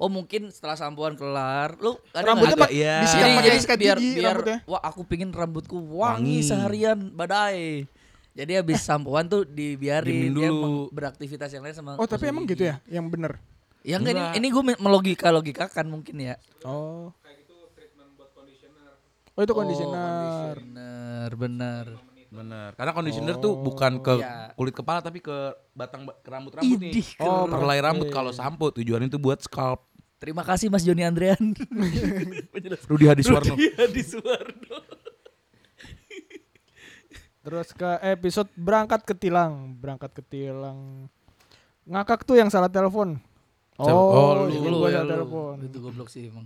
Speaker 4: Oh mungkin setelah sampoan kelar, lu ada
Speaker 2: Rambutnya pak,
Speaker 4: nggak-
Speaker 3: iya.
Speaker 2: disikat
Speaker 4: jadi,
Speaker 3: yang
Speaker 2: pakai
Speaker 4: jadi
Speaker 2: sikat
Speaker 4: biar,
Speaker 2: gigi
Speaker 4: biar
Speaker 2: rambutnya.
Speaker 4: wah aku pingin rambutku wangi,
Speaker 3: Wangi.
Speaker 4: seharian badai. Jadi habis sampoan tuh dibiarin
Speaker 3: diemin
Speaker 4: dia
Speaker 3: dulu.
Speaker 4: meng- beraktivitas yang lain sama.
Speaker 2: Oh, tapi
Speaker 4: gosok
Speaker 2: emang
Speaker 4: gigi.
Speaker 2: gitu ya yang bener?
Speaker 4: Ya enggak, ini,
Speaker 3: Enggak.
Speaker 4: ini gue melogika logikakan mungkin ya.
Speaker 2: Oh. Oh itu conditioner.
Speaker 4: Bener bener.
Speaker 3: Bener. Karena conditioner tuh bukan ke kulit kepala tapi ke batang ba- iya. ke rambut rambut nih.
Speaker 4: Idih,
Speaker 3: Oh, perlai rambut kalau sampo tujuannya itu buat scalp.
Speaker 4: Terima kasih Mas Joni
Speaker 2: <laughs>
Speaker 4: Andrean. Iya, Penjelasan.
Speaker 3: Rudi <laughs> Hadiswarno.
Speaker 4: Hadi Suwarno.
Speaker 2: Terus ke episode berangkat ke tilang, berangkat ke tilang. Ngakak tuh yang salah telepon.
Speaker 3: Salah-
Speaker 2: Oh,
Speaker 3: oh,
Speaker 2: itu
Speaker 4: Lu,
Speaker 2: gua
Speaker 4: ya,
Speaker 2: salah
Speaker 4: lu.
Speaker 2: telepon.
Speaker 4: Itu goblok sih emang.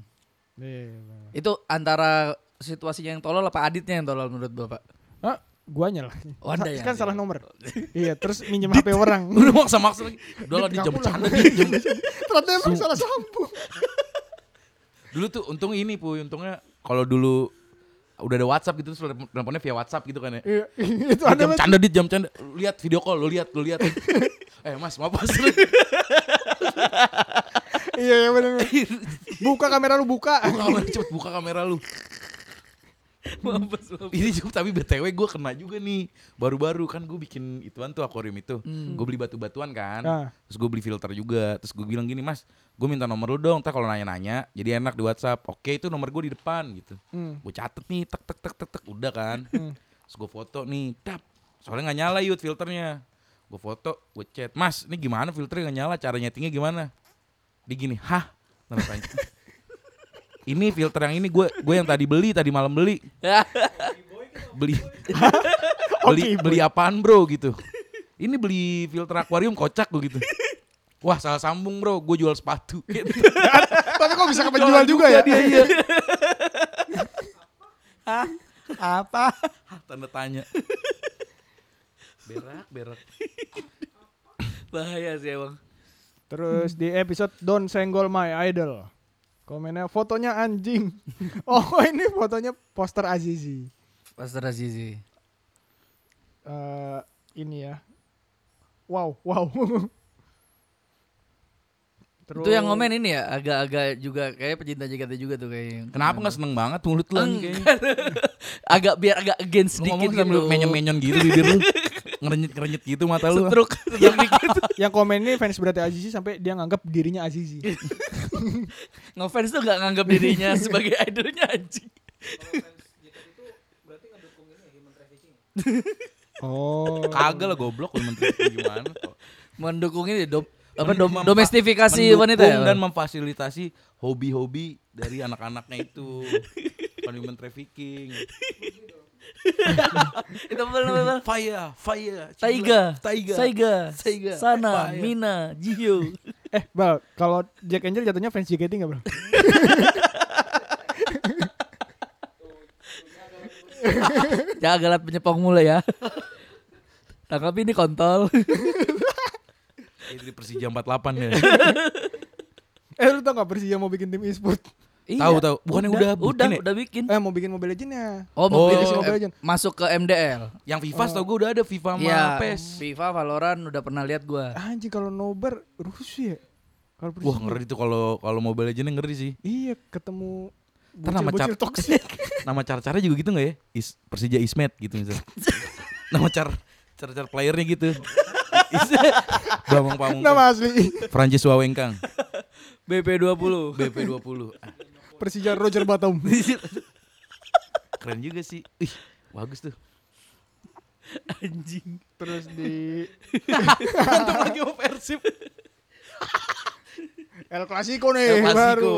Speaker 2: Iya, iya.
Speaker 4: Itu antara situasinya yang tolol apa aditnya yang tolol menurut Bapak?
Speaker 2: Ah, guanya lah.
Speaker 4: Oh, Anda ya?
Speaker 2: kan salah nomor. <laughs> iya, terus minjem HP <laughs> orang.
Speaker 3: Udah maksa-maksa lagi. Udah lah dia
Speaker 2: Nggak
Speaker 3: jam
Speaker 2: pulang.
Speaker 3: bercanda dia jam
Speaker 2: Ternyata emang salah sambung.
Speaker 3: Dulu tuh untung ini Puy, untungnya kalau dulu udah ada WhatsApp gitu terus teleponnya via WhatsApp gitu kan ya.
Speaker 2: <laughs> Iya, <laughs> itu
Speaker 3: Dia
Speaker 2: ada
Speaker 3: jam canda dit jam canda. Lu lihat video call, lu lihat, lu lihat. <laughs> eh Mas, maaf Mas.
Speaker 2: Iya, iya benar. <laughs> Buka kamera lu <laughs> buka.
Speaker 3: Buka kamera, cepet buka kamera lu.
Speaker 4: <laughs> Mampus, <laughs> mampus.
Speaker 3: Ini juga tapi BTW gue kena juga nih. Baru-baru kan gue bikin ituan tuh akuarium itu. Gue beli batu-batuan kan.
Speaker 2: Hmm. Ah.
Speaker 3: Terus gue beli filter juga. Terus gue bilang gini, "Mas, gue minta nomor lu dong. Entar kalau nanya-nanya jadi enak di WhatsApp." Oke, itu nomor gue di depan gitu.
Speaker 2: Hmm.
Speaker 3: Gue catet nih, tek tek tek tek tek udah kan. Terus gue foto nih, tap. Soalnya nggak nyala yut filternya. Gue foto, gue chat, "Mas, ini gimana filternya nggak nyala? Cara nyetingnya gimana?" Dia gini, "Hah?" Tanda tanya. <laughs> ini filter yang ini gue gue yang tadi beli tadi malam beli
Speaker 4: Ya.
Speaker 3: beli beli beli apaan bro gitu ini beli filter akuarium kocak gue gitu wah salah sambung bro gue jual sepatu <laughs> gitu.
Speaker 2: Tapi kok bisa kepenjual juga ya? Iya,
Speaker 4: <laughs> apa?
Speaker 3: tanda tanya berak berak
Speaker 4: Bahaya sih emang.
Speaker 2: <laughs> Terus di episode Don't Senggol My Idol. Komennya fotonya anjing. <laughs> Oh, ini fotonya poster Azizi.
Speaker 4: Pastor Azizi.
Speaker 2: Eh ini ya. Wow, wow. <laughs>
Speaker 4: Itu yang ngomen ini ya agak-agak juga kayak pecinta JKT juga tuh kayak.
Speaker 3: kenapa nggak seneng banget mulut lu anjing kayaknya
Speaker 4: <laughs> agak biar agak against
Speaker 3: lu
Speaker 4: sedikit
Speaker 3: ngomong
Speaker 4: gitu.
Speaker 3: sambil menyon-menyon gitu bibir <laughs> lu ngerenyit ngerenyit gitu mata lu <laughs>
Speaker 4: Setruk, setruk dikit.
Speaker 2: <laughs> yang komen ini fans berarti Azizi sampai dia nganggap dirinya Azizi.
Speaker 4: Ngefans tuh gak nganggap
Speaker 3: <laughs>
Speaker 4: dirinya sebagai idolnya anjing.
Speaker 2: Oh.
Speaker 3: kagak lah goblok lu menteri gimana kok.
Speaker 4: Mendukung ini dom, apa dom,
Speaker 3: Memfa-
Speaker 4: <laughs> domestifikasi wanita ya.
Speaker 3: mendukung dan memfasilitasi hobi-hobi dari anak-anaknya itu Panuman trafficking
Speaker 4: Itu apa namanya?
Speaker 3: Fire, fire
Speaker 4: Taiga,
Speaker 3: Taiga
Speaker 4: Saiga,
Speaker 3: Saiga.
Speaker 4: Sana,
Speaker 3: Fire.
Speaker 4: Mina, Jihyo.
Speaker 2: Eh, Bal, kalau Jack Angel jatuhnya fans JKT enggak, Bro?
Speaker 4: <laughs> Jangan galat penyepong mulai ya. Tangkap ini <laughs> kontol.
Speaker 3: Itu di Eh, Persija 48
Speaker 4: <laughs>
Speaker 3: ya
Speaker 2: Eh, lu tau gak Persija mau bikin tim e-sport?
Speaker 3: Tahu, tahu. Bukannya udah bikin
Speaker 4: Iya. udah,
Speaker 3: ya?
Speaker 4: udah bikin.
Speaker 2: Eh, mau bikin Mobile Legends-nya.
Speaker 4: Oh,
Speaker 3: Oh.
Speaker 4: mau bikin,
Speaker 2: Bikin
Speaker 4: eh,
Speaker 2: Mobile Legends.
Speaker 4: masuk ke MDL.
Speaker 3: Yang FIFA tau gue udah ada FIFA sama
Speaker 4: Oh.
Speaker 3: E Ah.
Speaker 4: Iya,
Speaker 3: PES
Speaker 4: FIFA, Valorant udah pernah lihat gua.
Speaker 2: Anjing kalau nobar rusuh ya. Kalau Persija.
Speaker 3: Wah ngeri tuh kalau kalau Mobile Legends ngeri sih
Speaker 2: Iya, ketemu
Speaker 3: Ntar nama
Speaker 2: bocil-bocil
Speaker 3: cap- <laughs>
Speaker 2: toksik.
Speaker 3: Nama car-carnya juga gitu gak ya? Is, Persija Ismet gitu misalnya Nama car car-car playernya gitu Is- Bambang Pamungkas
Speaker 2: nama asli.
Speaker 3: Francis Wawengkang
Speaker 4: BP20.
Speaker 3: BP20 <laughs> Ah,
Speaker 2: Persija Roger Batum.
Speaker 3: Keren juga sih. Ih, bagus tuh.
Speaker 4: <laughs> Anjing.
Speaker 2: Terus di
Speaker 3: Berantem lagi sama Persib.
Speaker 2: El Clasico
Speaker 3: El
Speaker 2: nih Eh,
Speaker 3: Clasico.
Speaker 2: baru.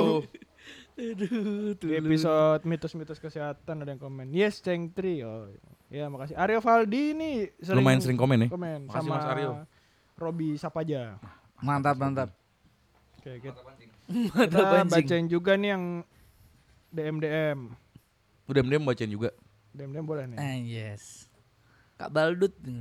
Speaker 4: Aduh, tuh.
Speaker 2: Di episode mitos-mitos kesehatan ada yang komen. Yes, Ceng Tri. Oh, ya makasih. Aryo Valdi ini
Speaker 3: Lumayan sering komen ya.
Speaker 2: komen
Speaker 3: Makasih,
Speaker 2: sama
Speaker 3: Mas Nah. Aryo.
Speaker 2: Robi Sapaja.
Speaker 4: Mantap, mantap.
Speaker 2: Oke, gitu. kita,
Speaker 3: Nah,
Speaker 4: <laughs> Mantap
Speaker 2: kita
Speaker 4: anjing.
Speaker 2: bacain juga nih yang DM DM.
Speaker 3: Udah mendem bacain juga.
Speaker 2: DM DM boleh
Speaker 3: Eh. Nah,
Speaker 2: nih.
Speaker 4: Ah, yes. Kak Baldut.
Speaker 2: Eh,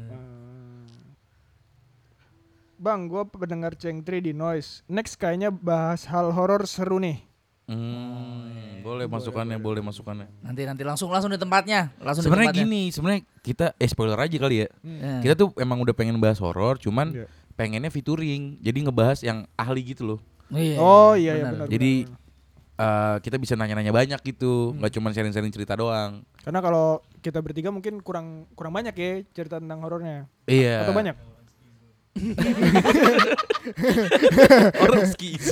Speaker 2: Bang, gue pendengar Ceng Tri di Noise. Next kayaknya bahas hal horor seru nih.
Speaker 3: Hmm, boleh masukannya, boleh masukannya.
Speaker 4: Nanti nanti langsung langsung di tempatnya, langsung
Speaker 3: Sebenarnya
Speaker 4: di tempatnya.
Speaker 3: gini, sebenarnya kita eh spoiler aja kali ya.
Speaker 4: Eh.
Speaker 3: Kita tuh emang udah pengen bahas horor, cuman
Speaker 2: Iya.
Speaker 3: pengennya featuring. Jadi ngebahas yang ahli gitu loh.
Speaker 4: Iya, <laughs>
Speaker 2: Oh iya iya benar.
Speaker 3: Jadi
Speaker 2: benar.
Speaker 3: eh, kita bisa nanya-nanya banyak gitu,
Speaker 2: Hmm.
Speaker 3: nggak cuman sharing-sharing cerita doang.
Speaker 2: karena kalau kita bertiga mungkin kurang kurang banyak ya cerita tentang horornya.
Speaker 3: Iya.
Speaker 2: Atau banyak?
Speaker 3: Orang skis.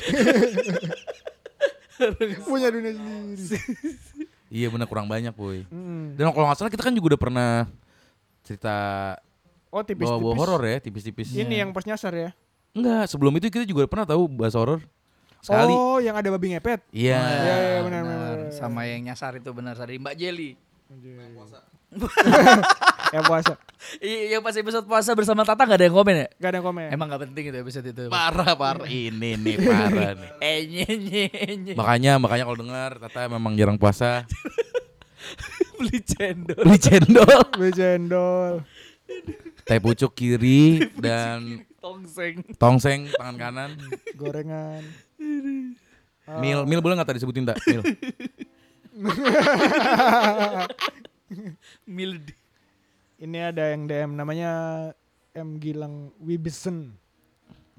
Speaker 2: Iya, Punya dunia sendiri.
Speaker 3: iya benar kurang banyak, boy.
Speaker 2: Mm.
Speaker 3: Dan kalau nggak salah kita kan juga udah pernah cerita
Speaker 2: Oh tipis-tipis.
Speaker 3: bawa-bawa horor ya, tipis-tipis.
Speaker 2: Ini yang pas nyasar ya.
Speaker 3: Enggak, sebelum itu kita juga pernah tahu bahas horor sekali.
Speaker 2: Oh, yang ada babi ngepet.
Speaker 3: Iya.
Speaker 2: Iya, iya, benar, benar.
Speaker 4: Sama yang nyasar itu benar dari Mbak Jelly.
Speaker 2: ya puasa.
Speaker 4: Iya, yang pas episode puasa bersama Tata gak ada yang komen ya?
Speaker 2: Gak ada yang komen.
Speaker 4: Emang gak penting itu episode
Speaker 2: iya.
Speaker 4: itu.
Speaker 3: Parah, parah. Ini nih parah
Speaker 2: <laughs>
Speaker 3: nih.
Speaker 4: Eh, nye, nye, nye.
Speaker 3: Makanya, makanya kalau dengar Tata memang jarang puasa.
Speaker 4: beli cendol.
Speaker 3: Beli
Speaker 2: <laughs>
Speaker 3: cendol,
Speaker 2: Bejendol.
Speaker 3: teh pucuk kiri dan
Speaker 4: Tongseng.
Speaker 3: tongseng tangan kanan.
Speaker 2: Gorengan. Oh.
Speaker 3: Mil, mil boleh nggak tadi sebutin tak? Mil.
Speaker 4: Mildi.
Speaker 2: Ini ada yang DM namanya M Gilang Wibisen.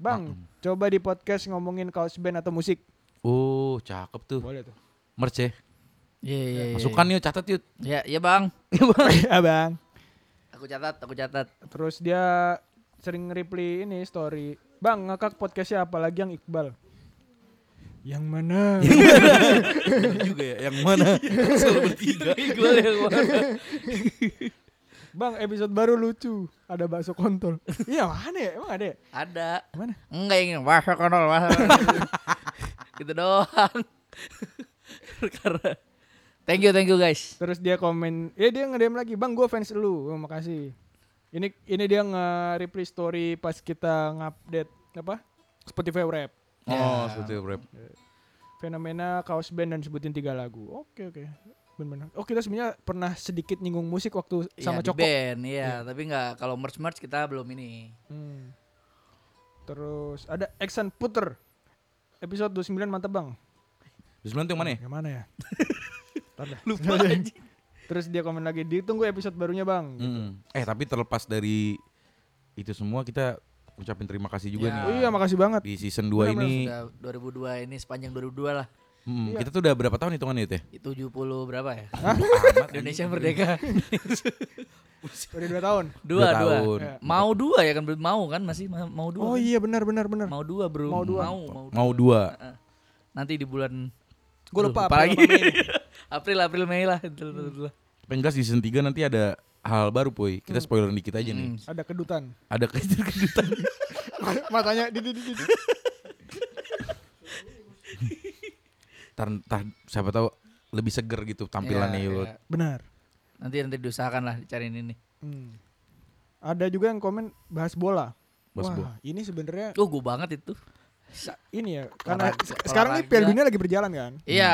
Speaker 2: Bang, coba di podcast ngomongin kaos band atau musik.
Speaker 3: Oh, cakep tuh.
Speaker 2: Boleh <laughs> tuh.
Speaker 3: Merch ya.
Speaker 4: Iya, iya, iya.
Speaker 3: Masukan yuk, catat yuk.
Speaker 4: Ya, iya bang.
Speaker 2: Abang.
Speaker 4: Aku catat, aku catat.
Speaker 2: Iya, Terus dia sering reply ini story. Bang, ngakak podcastnya apalagi yang Iqbal. Yang mana?
Speaker 3: juga ya, yang <laughs> mana? Selalu
Speaker 4: <laughs>
Speaker 3: bertiga.
Speaker 2: <laughs>
Speaker 4: ya,
Speaker 2: Bang, episode baru lucu. Ada bakso <laughs> kontol. iya, mana ya? Emang ada ya?
Speaker 4: Ada.
Speaker 2: Mana?
Speaker 4: Enggak ingin wah konol wah. <laughs> gitu doang. Karena thank you thank you guys.
Speaker 2: Terus dia komen, ya dia nge-DM lagi, bang gue fans lu, oh, makasih. Ini ini dia nge-reply story pas kita ngupdate apa Spotify Wrap
Speaker 3: Oh, seperti itu, Bro.
Speaker 2: fenomena kaos band dan sebutin tiga lagu. Oke oke, benar-benar. Oh kita sebenarnya pernah sedikit nyinggung musik waktu sama
Speaker 4: Iya, di
Speaker 2: Coko.
Speaker 4: band, iya, tapi enggak kalau merch merch kita belum ini.
Speaker 2: Hmm. Terus ada Exxon Puter episode 29 mantap bang.
Speaker 3: Bismillah tuh yang mana
Speaker 4: Eh.
Speaker 3: ya?
Speaker 2: Yang mana ya? Ntar dah.
Speaker 4: Lupa anjing.
Speaker 2: Terus dia komen lagi, ditunggu episode barunya bang.
Speaker 4: Hmm.
Speaker 3: Mm-mm. Eh tapi terlepas dari itu semua kita ucapin terima kasih juga
Speaker 4: Ya.
Speaker 3: nih.
Speaker 2: Oh iya makasih banget.
Speaker 3: Di season 2 ini
Speaker 4: Sudah 2002 ini sepanjang 2002 lah.
Speaker 3: mm, kita tuh udah berapa tahun itu kan ya Teh?
Speaker 4: 70 berapa ya?
Speaker 3: Amat,
Speaker 4: Indonesia
Speaker 2: <laughs>
Speaker 4: merdeka.
Speaker 2: Udah dua tahun.
Speaker 4: dua,
Speaker 3: Dua
Speaker 4: dua.
Speaker 3: tahun. Ya.
Speaker 4: Mau dua ya kan? Belum Mau kan masih ma- mau dua.
Speaker 2: Oh
Speaker 4: kan?
Speaker 2: iya benar benar benar.
Speaker 4: Mau dua bro.
Speaker 2: Mau dua.
Speaker 4: Mau, mau dua.
Speaker 3: Mau dua.
Speaker 4: Heeh. Nanti di bulan
Speaker 2: Gua
Speaker 4: Aduh,
Speaker 2: lupa
Speaker 4: lupa
Speaker 2: April
Speaker 4: lagi.
Speaker 2: apa Mei.
Speaker 4: <laughs> April, April, Mei lah. Betul, betul, betul.
Speaker 3: Tapi yang jelas di season 3 nanti ada hal baru Puy. Kita spoiler dikit aja nih.
Speaker 4: Hmm.
Speaker 2: Ada kedutan.
Speaker 3: Ada kejutan-kejutan.
Speaker 2: <laughs> Matanya di di di. di.
Speaker 3: Ntar, ntar siapa tahu lebih seger gitu tampilannya
Speaker 4: Iya,
Speaker 3: Yul.
Speaker 4: iya.
Speaker 2: Benar.
Speaker 4: Nanti nanti diusahakan lah dicariin ini.
Speaker 2: Hmm. Ada juga yang komen bahas bola.
Speaker 3: Bahas
Speaker 2: Wah,
Speaker 3: bola.
Speaker 2: ini sebenarnya
Speaker 4: Oh, gue banget itu.
Speaker 2: ini ya karena
Speaker 4: Olahraga-
Speaker 2: se- sekarang ini
Speaker 4: olahraga.
Speaker 2: Piala Dunia lagi berjalan kan.
Speaker 4: Iya.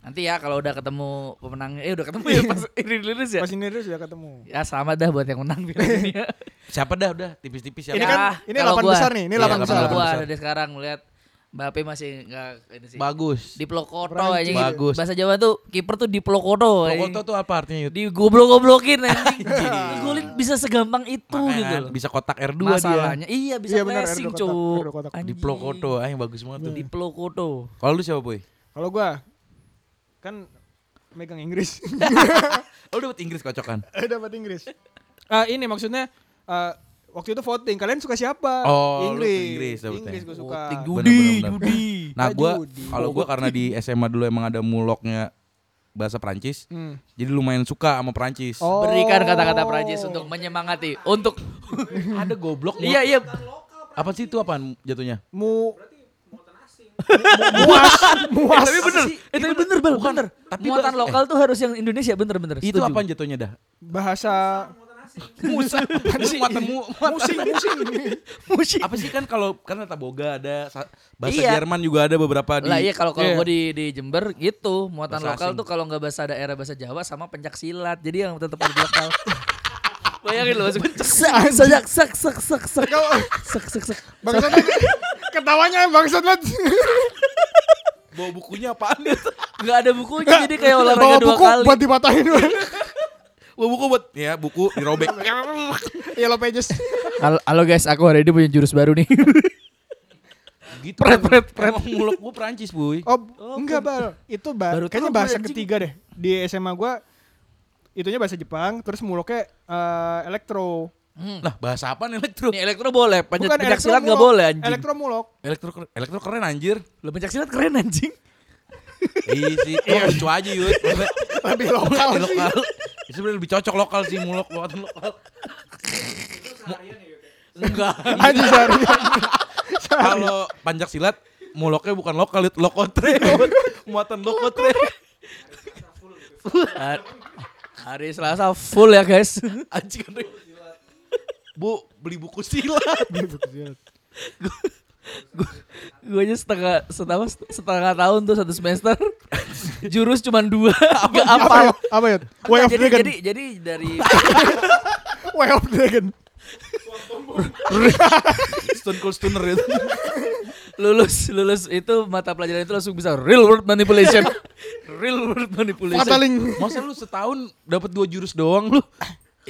Speaker 4: Nanti ya kalau udah ketemu pemenangnya, eh udah ketemu
Speaker 2: Iya.
Speaker 4: ya pas <laughs> ini rilis
Speaker 3: Iya.
Speaker 4: ya.
Speaker 2: Pas ini sudah ketemu.
Speaker 4: Ya selamat dah buat yang
Speaker 2: <laughs>
Speaker 4: menang Piala Dunia.
Speaker 3: Siapa dah udah tipis-tipis
Speaker 2: Ini
Speaker 3: siapa.
Speaker 2: kan
Speaker 4: Ah,
Speaker 2: ini
Speaker 4: kalau
Speaker 2: lapan
Speaker 4: gua-
Speaker 2: besar nih, ini
Speaker 3: Iya,
Speaker 2: lapan
Speaker 3: lapan-
Speaker 2: besar.
Speaker 4: Kalau gua
Speaker 3: besar.
Speaker 4: ada di sekarang melihat Mbappe masih enggak ini sih.
Speaker 3: Bagus.
Speaker 4: Di Plokoto
Speaker 2: Perancis.
Speaker 4: aja.
Speaker 3: Bagus.
Speaker 4: Bahasa Jawa tuh kiper tuh di Plokoto.
Speaker 3: Pokoknya tuh apa artinya Yul?
Speaker 4: Di goblok-goblokin
Speaker 2: <laughs>
Speaker 4: anjing. Golin bisa segampang itu gitu
Speaker 3: Makanya
Speaker 4: loh.
Speaker 3: bisa kotak R2 dia.
Speaker 4: Masalahnya iya
Speaker 2: kan Iya,
Speaker 4: bisa
Speaker 2: benar,
Speaker 4: blessing,
Speaker 2: Erdo kotak,
Speaker 4: Cuk.
Speaker 2: Erdo kotak.
Speaker 3: Di
Speaker 4: Anjing.
Speaker 3: Plokoto, ah yang bagus banget tuh.
Speaker 4: Di Plokoto.
Speaker 3: Kalau lu siapa Puy?
Speaker 2: Kalau gua kan megang <laughs> Inggris.
Speaker 3: Oh, Lu dapet Inggris kocokan.
Speaker 2: Eh, Dapat Inggris. Ah, ini maksudnya eh, waktu itu voting kalian suka siapa?
Speaker 3: Oh, lu
Speaker 2: Inggris.
Speaker 3: Inggris dapetnya.
Speaker 2: Inggris gue suka.
Speaker 4: Voting
Speaker 3: Bener,
Speaker 4: judi,
Speaker 3: bener, bener.
Speaker 4: judi.
Speaker 3: Nah
Speaker 2: Nah,
Speaker 3: gue
Speaker 2: judi.
Speaker 3: kalau gue karena di SMA dulu emang ada muloknya bahasa Prancis,
Speaker 2: Hmm.
Speaker 3: jadi lumayan suka sama Prancis.
Speaker 2: Oh.
Speaker 4: Berikan kata-kata Prancis untuk menyemangati, untuk
Speaker 3: <laughs> ada goblok. mulok.
Speaker 4: Iya, iya.
Speaker 3: Apa sih itu apaan jatuhnya?
Speaker 2: mu muas muas
Speaker 4: Eh, Tapi bener, itu bener, bener, bener.
Speaker 3: Tapi
Speaker 4: Muatan
Speaker 3: bahasa-
Speaker 4: lokal tuh harus yang Indonesia, bener-bener.
Speaker 3: Itu apaan jatuhnya dah?
Speaker 2: bahasa
Speaker 3: Musa. Muatan mu.
Speaker 2: musing musing
Speaker 4: Musik.
Speaker 3: <laughs> Apa sih kan kalau kan kata boga ada sa- bahasa
Speaker 4: Iya.
Speaker 3: Jerman juga ada beberapa di
Speaker 4: Lah iya kalau kalau
Speaker 2: Iya.
Speaker 4: gue di di Jember gitu muatan
Speaker 3: Bahasa
Speaker 4: lokal
Speaker 3: asing.
Speaker 4: tuh kalau nggak bahasa daerah bahasa Jawa sama pencak silat jadi yang tetap di lokal. Bayangin loh pencak sak sak sak sak sak sak sak sak sak.
Speaker 2: bangsat banget. ketawanya bangsat banget
Speaker 3: bawa bukunya apaan dia?
Speaker 4: Nggak ada bukunya jadi kayak olahraga
Speaker 2: Bawa
Speaker 4: dua
Speaker 2: buku
Speaker 4: kali.
Speaker 2: buat dipatahin
Speaker 3: Bawa buku buat ya buku dirobek.
Speaker 2: yellow pages
Speaker 4: Halo, halo guys, aku hari ini punya jurus baru <laughs> nih.
Speaker 3: <laughs> gitu. kan.
Speaker 4: Pret, pret, pret.
Speaker 3: Emang muluk gue Prancis, Buy.
Speaker 2: oh enggak bal itu ba-
Speaker 4: Baru
Speaker 2: kayaknya
Speaker 4: tahu gue,
Speaker 2: bahasa
Speaker 4: anjing.
Speaker 2: ketiga deh di SMA gue itunya bahasa Jepang terus muluknya eh, elektro
Speaker 3: Hmm. Lah bahasa apaan elektro?
Speaker 4: Ini elektro boleh, pencak, pencak
Speaker 2: elektro
Speaker 4: silat nggak
Speaker 2: muluk,
Speaker 4: boleh anjing.
Speaker 2: elektro
Speaker 4: <laughs>
Speaker 2: muluk
Speaker 3: Elektro elektro keren anjir.
Speaker 4: Lo pencak silat keren anjing.
Speaker 3: Iya sih, itu lucu aja <laughs> Yud.
Speaker 2: lebih lokal
Speaker 3: Lokal,
Speaker 2: sih
Speaker 3: lokal. Itu sebenarnya lebih cocok lokal sih muluk lokal lokal. <laughs>
Speaker 4: ya,
Speaker 3: Enggak.
Speaker 4: Iya.
Speaker 2: anjing sehari
Speaker 3: Kalau panjak silat muloknya bukan lokal itu <laughs> lokotre. Muatan lokotre.
Speaker 4: Har- Hari Selasa full ya <laughs> guys.
Speaker 3: Anjing kan. Bu, beli buku silat.
Speaker 4: Gue aja setengah setengah setengah tahun tuh satu semester jurus cuman dua <laughs> apa apa.
Speaker 2: apa ya apa ya way of
Speaker 4: jadi,
Speaker 2: dragon
Speaker 4: jadi jadi dari
Speaker 2: way of dragon
Speaker 3: Stone Cold Stunner itu.
Speaker 4: lulus lulus itu mata pelajaran itu langsung bisa real world manipulation. real world manipulation.
Speaker 2: fataling
Speaker 3: Masa lu setahun dapat dua jurus doang lu? <laughs>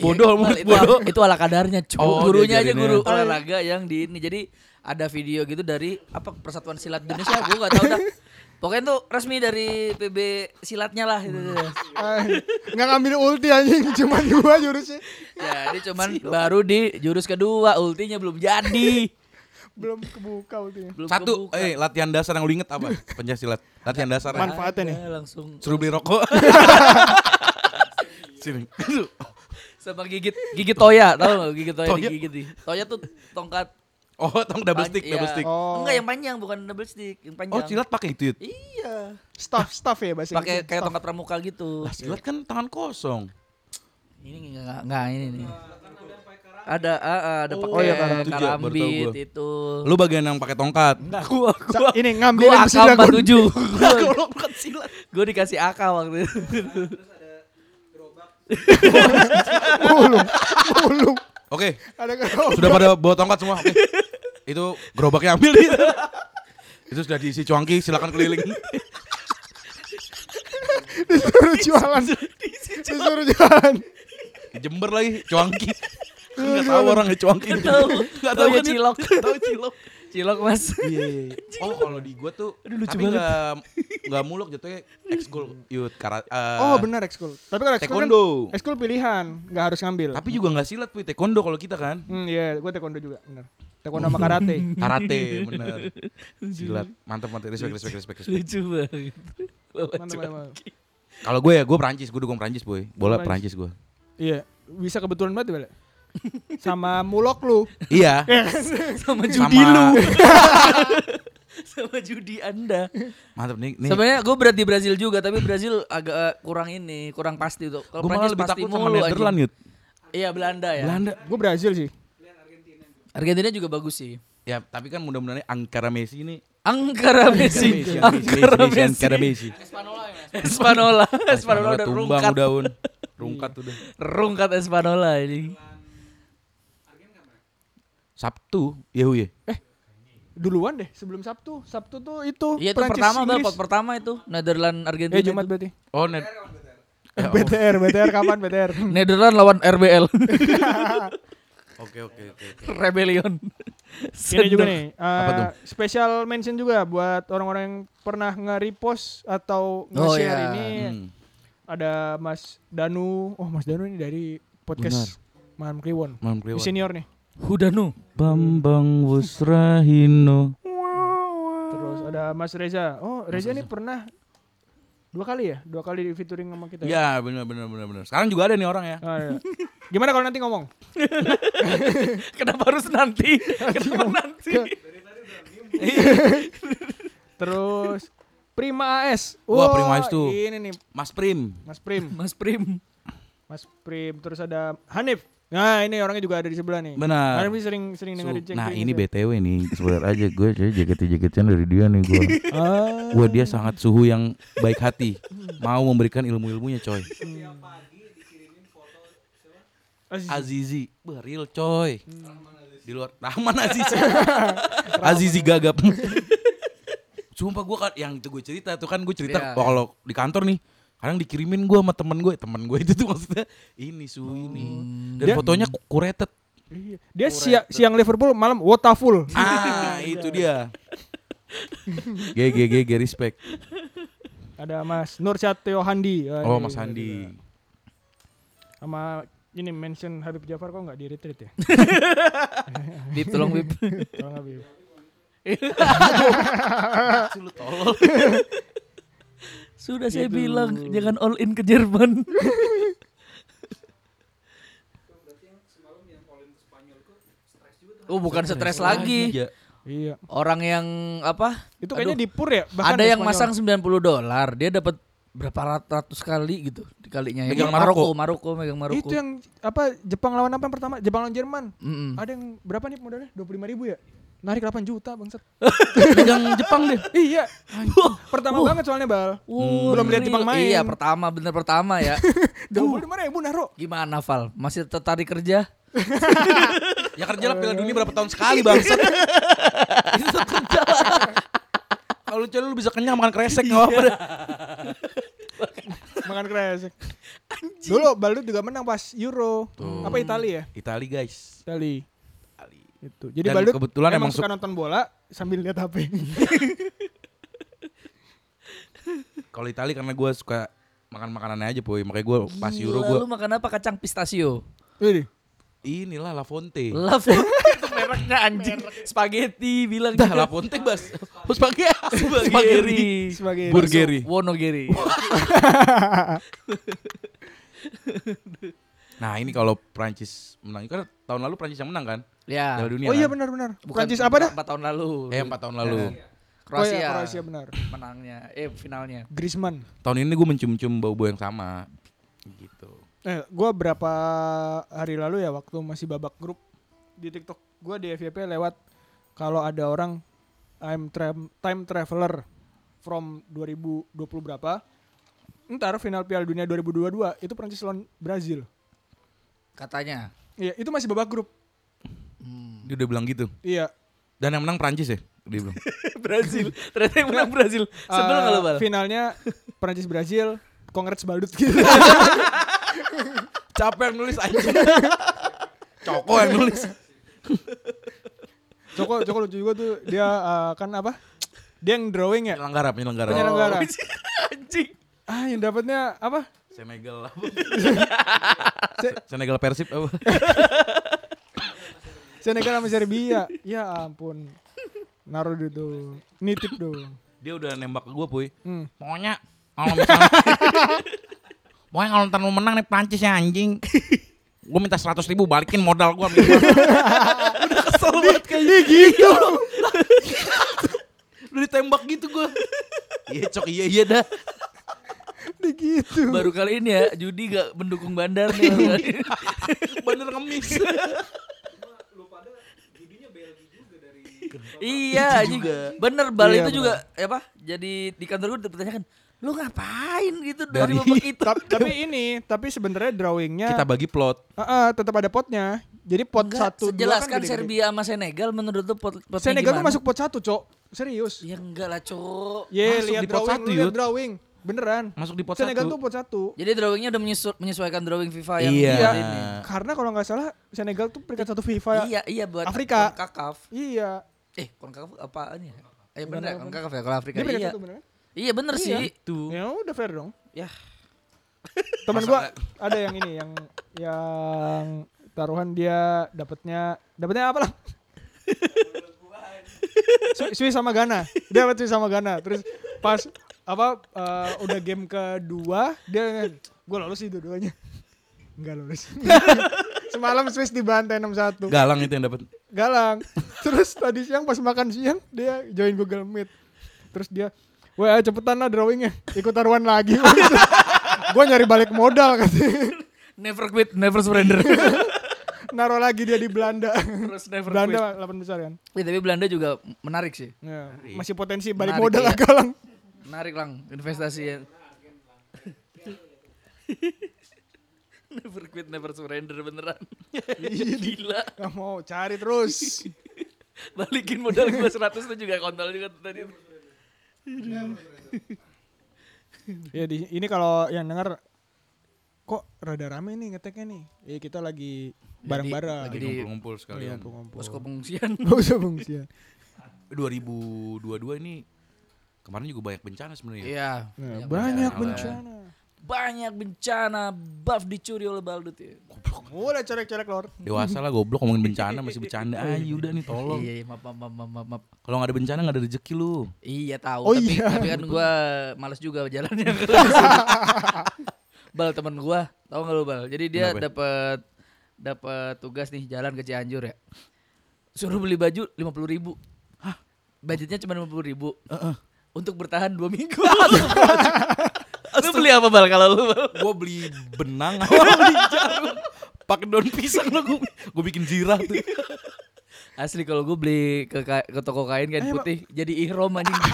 Speaker 3: Bodoh
Speaker 4: Iya,
Speaker 3: mulut
Speaker 4: itu,
Speaker 3: bodoh.
Speaker 4: itu ala kadarnya, cu.
Speaker 3: Oh,
Speaker 4: Gurunya aja
Speaker 3: diajarinnya.
Speaker 4: guru olahraga yang di ini. Jadi ada video gitu dari apa Persatuan Silat Indonesia, gue gak tahu dah. Pokoknya tuh resmi dari PB silatnya lah gitu.
Speaker 2: Ah, nggak ngambil ulti anjing cuman dua jurusnya
Speaker 3: <laughs>
Speaker 4: Jadi cuman baru di jurus kedua, ultinya belum
Speaker 3: <laughs>
Speaker 4: jadi.
Speaker 2: belum kebuka ultinya
Speaker 4: Belum
Speaker 3: Satu,
Speaker 4: kebuka.
Speaker 3: eh latihan dasar yang lu inget apa? Pencak silat. Latihan dasar.
Speaker 2: manfaatnya nih
Speaker 4: Ya, langsung
Speaker 3: Suruh beli rokok. Sini. <laughs>
Speaker 4: sama gigit gigit toya, tahu gak gigit toya,
Speaker 3: Toya.
Speaker 4: digigit di. Toya tuh tongkat
Speaker 3: Oh, tong double stick,
Speaker 4: pan-
Speaker 3: double
Speaker 4: ya.
Speaker 3: stick.
Speaker 2: Oh.
Speaker 4: Enggak yang panjang bukan double stick, yang panjang.
Speaker 3: Oh, silat pakai itu. Yud?
Speaker 4: Iya.
Speaker 2: staff staff ya bahasa
Speaker 4: Pakai
Speaker 2: Inggrisnya,
Speaker 4: kayak
Speaker 2: staff.
Speaker 4: tongkat pramuka gitu.
Speaker 3: Lah, silat kan tangan kosong.
Speaker 4: Ini enggak enggak ini nih. Ada ah, ah, ada pakai
Speaker 2: Oh, iya,
Speaker 3: karambit. Tujuh, baru tahu
Speaker 4: karambit
Speaker 3: gua.
Speaker 4: itu.
Speaker 3: Lu bagian yang pakai tongkat.
Speaker 4: Enggak gua
Speaker 2: Sa-
Speaker 4: gua.
Speaker 2: ini ngambil
Speaker 4: Gua
Speaker 2: yang
Speaker 4: AK
Speaker 2: sudah
Speaker 3: <laughs>
Speaker 4: 47. Gua bukan silat. Gua dikasih AK waktu itu.
Speaker 2: pulung pulung
Speaker 3: Oke,
Speaker 2: ada kalau
Speaker 3: sudah pada bawa tongkat semua. Oke. Itu gerobaknya ambil di. Itu sudah diisi cuangki, silakan keliling.
Speaker 2: disuruh jualan disuruh jualan
Speaker 3: Di Jember lagi cuangki. Enggak tahu orang ya cuangki.
Speaker 4: Tahu.
Speaker 3: Enggak
Speaker 4: Tahu
Speaker 3: tahu
Speaker 4: ya
Speaker 3: kan, Yud?
Speaker 4: cilok. Tahu cilok. Cilok Mas.
Speaker 3: Iya, iya, iya. Oh, kalau di gua tuh
Speaker 4: Aduh, lucu
Speaker 3: tapi
Speaker 4: banget.
Speaker 3: nggak nggak muluk jatuhnya ekskul yut karate.
Speaker 2: oh benar ekskul tapi kalau ekskul kan
Speaker 3: eh, Ah. Taekwondo.
Speaker 2: ekskul pilihan nggak harus ngambil
Speaker 3: Tapi juga nggak silat puy taekwondo kalau kita kan.
Speaker 2: hmm iya gue taekwondo juga benar taekwondo sama karate
Speaker 4: <laughs>
Speaker 3: Karate bener. Silat. Mantap mantap respect respect respect. respect.
Speaker 4: Lucu banget.
Speaker 2: Mantap, mantap.
Speaker 3: Kalau gue ya gue Prancis, gue dukung Prancis boy. Bola
Speaker 2: Prancis.
Speaker 3: Prancis gue.
Speaker 2: iya bisa kebetulan banget ya Bel. sama mulok lu
Speaker 3: Iya.
Speaker 4: <laughs> Sama judi
Speaker 3: Sama
Speaker 4: lu. Sama judi Anda.
Speaker 3: mantap nih nih.
Speaker 4: Sebenarnya gue berat di Brazil juga, tapi Brazil agak eh, kurang ini, kurang pasti tuh. Kalau
Speaker 3: Gue malah
Speaker 4: Prancis
Speaker 3: lebih
Speaker 4: pasti
Speaker 3: takut sama
Speaker 4: mulu anjing.
Speaker 3: Netherlands yut.
Speaker 4: Iya Belanda ya.
Speaker 3: Belanda.
Speaker 2: gue Brazil sih
Speaker 4: Argentina juga bagus sih.
Speaker 3: Ya tapi kan mudah-mudahan Angkara Messi ini. Iya,
Speaker 4: Angkara Messi, Iya. Angkara Messi,
Speaker 3: Angkara Messi.
Speaker 4: Espanola, Espanola udah
Speaker 3: tumbang
Speaker 4: rungkat, Iya.
Speaker 3: udah
Speaker 4: <laughs>
Speaker 3: un. Rungkat udah.
Speaker 4: rungkat Espanola ini.
Speaker 3: Sabtu, Yahoo ya.
Speaker 2: duluan deh sebelum Sabtu Sabtu tuh itu
Speaker 4: Iya itu
Speaker 2: Prancis,
Speaker 4: pertama bal,
Speaker 2: Inggris.
Speaker 4: pot pertama itu Netherlands Argentina.
Speaker 2: eh Jumat
Speaker 4: itu.
Speaker 2: berarti
Speaker 3: Oh, net.
Speaker 2: <laughs> BTR BTR kapan BTR
Speaker 4: Netherlands lawan RBL,
Speaker 3: Oke oke oke. oke.
Speaker 4: Rebellion.
Speaker 2: Ini juga
Speaker 4: Sendok.
Speaker 2: nih,
Speaker 3: Apa tuh?
Speaker 2: eh special mention juga buat orang-orang yang pernah nge-repost atau
Speaker 4: Oh,
Speaker 2: nge-share
Speaker 4: iya.
Speaker 2: ini.
Speaker 3: Hmm.
Speaker 2: Ada Mas Danu, oh Mas Danu ini dari podcast Malam Kliwon.
Speaker 3: Malam Kliwon.
Speaker 2: Senior nih.
Speaker 4: Hudanu.
Speaker 3: Bambang Wusrahino.
Speaker 2: Terus ada Mas Reza. Oh, Reza ini pernah dua kali ya? Dua kali di featuring sama kita. ya?
Speaker 3: Ya benar benar benar benar. Sekarang juga ada nih orang ya.
Speaker 2: Ah, iya. Gimana kalau nanti ngomong?
Speaker 4: Kenapa harus nanti? Kenapa nanti?
Speaker 2: Terus
Speaker 3: <laughs>
Speaker 2: Prima AS.
Speaker 3: Wah, Prima AS tuh.
Speaker 2: Ini nih
Speaker 3: Mas Prim.
Speaker 2: Mas Prim.
Speaker 4: Mas Prim.
Speaker 2: Mas Prim. Terus ada Hanif. Nah, ini orangnya juga ada di sebelah nih.
Speaker 3: Benar.
Speaker 2: Hanif ini sering sering dengerin cek.
Speaker 3: Su- nah
Speaker 2: cek,
Speaker 3: ini
Speaker 2: cek.
Speaker 3: btw nih spoiler aja gue jadi jaket jaketan dari dia nih gue <laughs> gue dia sangat suhu yang baik hati mau memberikan ilmu ilmunya coy
Speaker 2: Aziz.
Speaker 3: Azizi beril coy di luar Rahman Azizi Azizi gagap Sumpah gue kan yang itu gue cerita tuh kan gue cerita
Speaker 4: Iya.
Speaker 3: kalau di kantor nih kadang dikirimin gue sama temen gue temen gue itu tuh maksudnya ini su ini dan
Speaker 2: Dia-
Speaker 3: fotonya ku- curated
Speaker 2: Iya. Dia siang, siang Liverpool, malam Wotaful.
Speaker 3: ah itu dia GGG respect
Speaker 2: Ada Mas Nur Satyo Handi. Ah,
Speaker 3: Oh
Speaker 2: ini
Speaker 3: Mas
Speaker 2: juga.
Speaker 3: Andi
Speaker 2: Sama ini mention Habib Jafar kok nggak di retreat
Speaker 3: <laughs>
Speaker 2: ya?
Speaker 4: Bip tolong
Speaker 2: <laughs>
Speaker 4: Bip.
Speaker 2: Tolong Habib.
Speaker 4: Sudah saya
Speaker 2: Gitu.
Speaker 4: bilang jangan all in ke Jerman. <laughs> Oh bukan stres lagi.
Speaker 3: Iya.
Speaker 2: Iya.
Speaker 4: Orang yang apa?
Speaker 2: Itu kayaknya di pur ya? Bahkan
Speaker 4: ada
Speaker 2: ya,
Speaker 4: yang
Speaker 2: Spanyol.
Speaker 4: masang 90 dolar, dia dapat berapa rat- ratus kali gitu dikalinya.
Speaker 3: Megang
Speaker 4: Yang Maroko,
Speaker 3: Maroko.
Speaker 4: Maroko megang Maroko.
Speaker 2: Itu yang apa Jepang lawan apa yang pertama? Jepang lawan Jerman.
Speaker 3: Hmm.
Speaker 4: Mm-mm.
Speaker 2: Ada yang berapa nih modalnya? 25 ribu ya? Narik 8 juta bangsat.
Speaker 3: <laughs> Pegang Jepang deh
Speaker 2: <laughs> iya. Pertama banget soalnya Bal.
Speaker 4: Wuh,
Speaker 2: Belum lihat
Speaker 4: real.
Speaker 2: Jepang main.
Speaker 4: Iya, pertama bener pertama ya. <laughs>
Speaker 2: 25 mana ya Bu Naro?
Speaker 4: Gimana Val? Masih tertarik kerja?
Speaker 3: Ya kerja lah Piala Dunia berapa tahun sekali bangsat Kalau lu coy, lu bisa kenyang makan kresek nggak apa-apa deh.
Speaker 2: Makan kresek. Dulu Bal juga menang pas Euro. Apa Italia ya?
Speaker 3: Itali guys
Speaker 2: Itali. Itu. Jadi
Speaker 3: Dan
Speaker 2: Balut
Speaker 3: kebetulan
Speaker 2: emang
Speaker 3: emang
Speaker 2: suka nonton bola sambil lihat HP.
Speaker 3: Kalau Itali karena gue suka makan makanannya aja boy Makanya gue pas
Speaker 4: Gila,
Speaker 3: Euro gue
Speaker 4: Lu makan apa? Kacang pistachio.
Speaker 2: Ini.
Speaker 3: Inilah La Fonte
Speaker 4: Love itu mereknya anjing. Spaghetti bilang
Speaker 3: Dah <laughs> La Fonte bas Oh spaghetti Spaghetti
Speaker 4: <laughs> Spaghetti.
Speaker 2: Sebagai
Speaker 3: Burgeri
Speaker 4: Wonogiri.
Speaker 3: Nah ini kalau Prancis menang Karena tahun lalu Prancis yang menang kan
Speaker 4: ya.
Speaker 3: Piala Dunia
Speaker 2: Oh iya
Speaker 3: kan?
Speaker 2: benar-benar.
Speaker 4: Bukan
Speaker 2: Prancis apa dah?
Speaker 4: 4 tahun lalu.
Speaker 3: Eh 4 tahun lalu
Speaker 2: Oh iya,
Speaker 4: Kroasia.
Speaker 2: Kroasia benar.
Speaker 4: menangnya. Eh finalnya.
Speaker 2: Griezmann.
Speaker 3: Tahun ini gue mencium-cium bau-bau yang sama Gitu
Speaker 2: Eh, gua berapa hari lalu ya waktu masih babak grup di TikTok gua di FYP lewat kalau ada orang I'm tra- time traveler from 2020 berapa ntar final Piala Dunia 2022 itu Prancis lawan Brazil.
Speaker 4: Katanya.
Speaker 2: Iya, itu masih babak grup.
Speaker 3: Dia udah bilang gitu
Speaker 2: Iya.
Speaker 3: Dan yang menang Prancis ya? Dia <laughs> bilang.
Speaker 4: Brazil. <laughs> Ternyata yang menang Brazil. Sebelum
Speaker 2: Eh,
Speaker 4: kalau Bal.
Speaker 2: Finalnya Prancis Brazil, Congrats Baldut gitu.
Speaker 3: Capek yang nulis anjing. Coko yang nulis.
Speaker 2: Joko Joko lucu juga tuh dia eh, kan apa? Dia yang drawing ya.
Speaker 3: Penyelenggara, penyelenggara.
Speaker 2: Penyelenggara.
Speaker 4: <laughs> anjing.
Speaker 2: Ah, yang dapatnya apa?
Speaker 3: Senegal <laughs> apa? Senegal Persib apa?
Speaker 2: Senegal sama Serbia. Ya ampun. Naruh dulu tuh. Nitip dong.
Speaker 3: Dia udah nembak ke gue, Puy.
Speaker 2: Hmm.
Speaker 3: Pokoknya kalau misalnya <laughs> Pokoknya kalau ntar lu menang nih Prancis ya anjing. Gue minta 100 ribu balikin modal gue.
Speaker 4: Kesel banget kayak
Speaker 2: gitu.
Speaker 3: Udah ditembak gitu gue. <laughs> Iya cok, iya iya dah.
Speaker 2: Begitu.
Speaker 4: <laughs> Baru kali ini ya judi gak mendukung bandar nih. baru kali
Speaker 2: <laughs>
Speaker 4: ini.
Speaker 3: Bener ngemis.
Speaker 4: iya juga. Bener Bal
Speaker 2: Iya,
Speaker 4: itu juga ya apa? Jadi di kantor gue dipertanyakan, "Lu ngapain gitu dari
Speaker 3: Dari-
Speaker 4: babak itu?"
Speaker 2: Ta- tapi ini, tapi sebenarnya drawingnya
Speaker 3: Kita bagi plot.
Speaker 2: Ah, ah, tetap ada potnya. Jadi pot
Speaker 4: Enggak,
Speaker 2: satu dua
Speaker 4: sejelas
Speaker 2: kan
Speaker 4: kan
Speaker 2: gede-gede.
Speaker 4: Serbia sama Senegal menurut lu pot, potnya
Speaker 2: Senegal tuh
Speaker 4: gimana?
Speaker 2: masuk Iya. pot satu, Cok. Serius.
Speaker 4: Ya enggak lah, Cuk.
Speaker 2: Ye,
Speaker 3: Masuk
Speaker 2: lihat
Speaker 3: di pot
Speaker 2: drawing,
Speaker 3: satu,
Speaker 2: lu lihat
Speaker 3: Yud.
Speaker 2: drawing. Beneran.
Speaker 3: Masuk di pot
Speaker 4: Kan
Speaker 2: Senegal
Speaker 3: satu.
Speaker 2: tuh pot satu.
Speaker 4: Jadi drawingnya udah menyesu- menyesuaikan drawing FIFA yang
Speaker 3: Iya.
Speaker 2: Iya.
Speaker 4: ini.
Speaker 2: Karena kalau nggak salah Senegal tuh peringkat satu FIFA.
Speaker 4: Iya, iya buat
Speaker 2: Afrika.
Speaker 4: Konkakaf.
Speaker 2: Iya.
Speaker 4: Eh, Konkakaf apaan ya? Eh bener, Konkakaf ya kalau Afrika.
Speaker 2: Dia peringkat
Speaker 4: Iya.
Speaker 2: satu beneran.
Speaker 4: Iya bener sih. Itu.
Speaker 2: Ya udah fair dong.
Speaker 4: Ya.
Speaker 2: Temen gua ada yang ini yang yang taruhan dia dapatnya dapatnya apa lah? Swi- Swiss sama Ghana. Dia dapat Swiss sama Ghana. Terus pas apa eh, udah game kedua dia gue lolos itu duanya. Enggak lolos. <laughs> Semalam Swiss dibantai 6-1.
Speaker 3: Galang itu yang dapat.
Speaker 2: Galang. <laughs> Terus tadi siang pas makan siang dia join Google Meet. Terus dia, wah cepetan lah drawingnya, ikut taruhan lagi. <laughs> gue nyari balik modal katanya. <laughs>
Speaker 4: Never quit, never surrender. <laughs>
Speaker 2: Naro lagi dia di <laughs> Belanda.
Speaker 4: Iya. Terus never quit.
Speaker 2: Belanda 8 besar kan.
Speaker 4: Wih, tapi Belanda juga menarik sih.
Speaker 2: Ya, masih potensi balik
Speaker 4: Menarik,
Speaker 2: modal
Speaker 4: iya.
Speaker 2: lah <laughs> Galang.
Speaker 4: Menarik lang investasi ya. <laughs> never quit, never surrender beneran. Iya. <laughs> Gila.
Speaker 2: Gak mau cari <laughs> terus.
Speaker 4: Balikin modal gue 100 itu juga kontol juga tadi.
Speaker 2: ya di ini kalau yang denger kok rada rame nih ngeteknya nih. Ya kita lagi bareng-bareng.
Speaker 4: lagi
Speaker 2: Lagi
Speaker 4: di-
Speaker 2: di
Speaker 3: Ngumpul-ngumpul sekalian.
Speaker 4: Iya,
Speaker 2: <laughs>
Speaker 4: Posko pengungsian.
Speaker 2: usah fungsian.
Speaker 3: 2022 ini kemarin juga banyak bencana sebenarnya.
Speaker 4: Iya.
Speaker 2: Nah,
Speaker 4: Iya,
Speaker 2: banyak
Speaker 3: bencana.
Speaker 2: bencana.
Speaker 4: Banyak bencana buff dicuri oleh Baldut ya.
Speaker 2: Mulai corek-corek lor.
Speaker 3: Dewasa lah goblok ngomongin bencana masih bercanda. Ayo udah nih tolong.
Speaker 4: Iya, iya, maaf, maaf, maaf, maaf, maaf.
Speaker 3: Kalau nggak ada bencana nggak ada rezeki lu.
Speaker 4: Iya tahu,
Speaker 2: Oh
Speaker 4: tapi,
Speaker 2: iya,
Speaker 4: tapi kan gua males juga
Speaker 2: <laughs>
Speaker 4: jalannya. bal temen gua, tahu nggak lu bal? Jadi dia
Speaker 3: Kenapa?
Speaker 4: dapat dapat tugas nih jalan ke Cianjur ya. Suruh beli baju lima puluh ribu. Hah? Budgetnya cuma lima puluh ribu. Untuk bertahan dua minggu.
Speaker 2: <laughs>
Speaker 4: lu beli apa bal kalau lu? Bal?
Speaker 3: Gue beli benang, <laughs> gua beli jarum, pakai daun pisang lo gue, gue bikin jirah tuh.
Speaker 4: Asli kalau gua beli ke, ka- ke toko kain kain putih, jadi ihrom anjing.
Speaker 2: <laughs>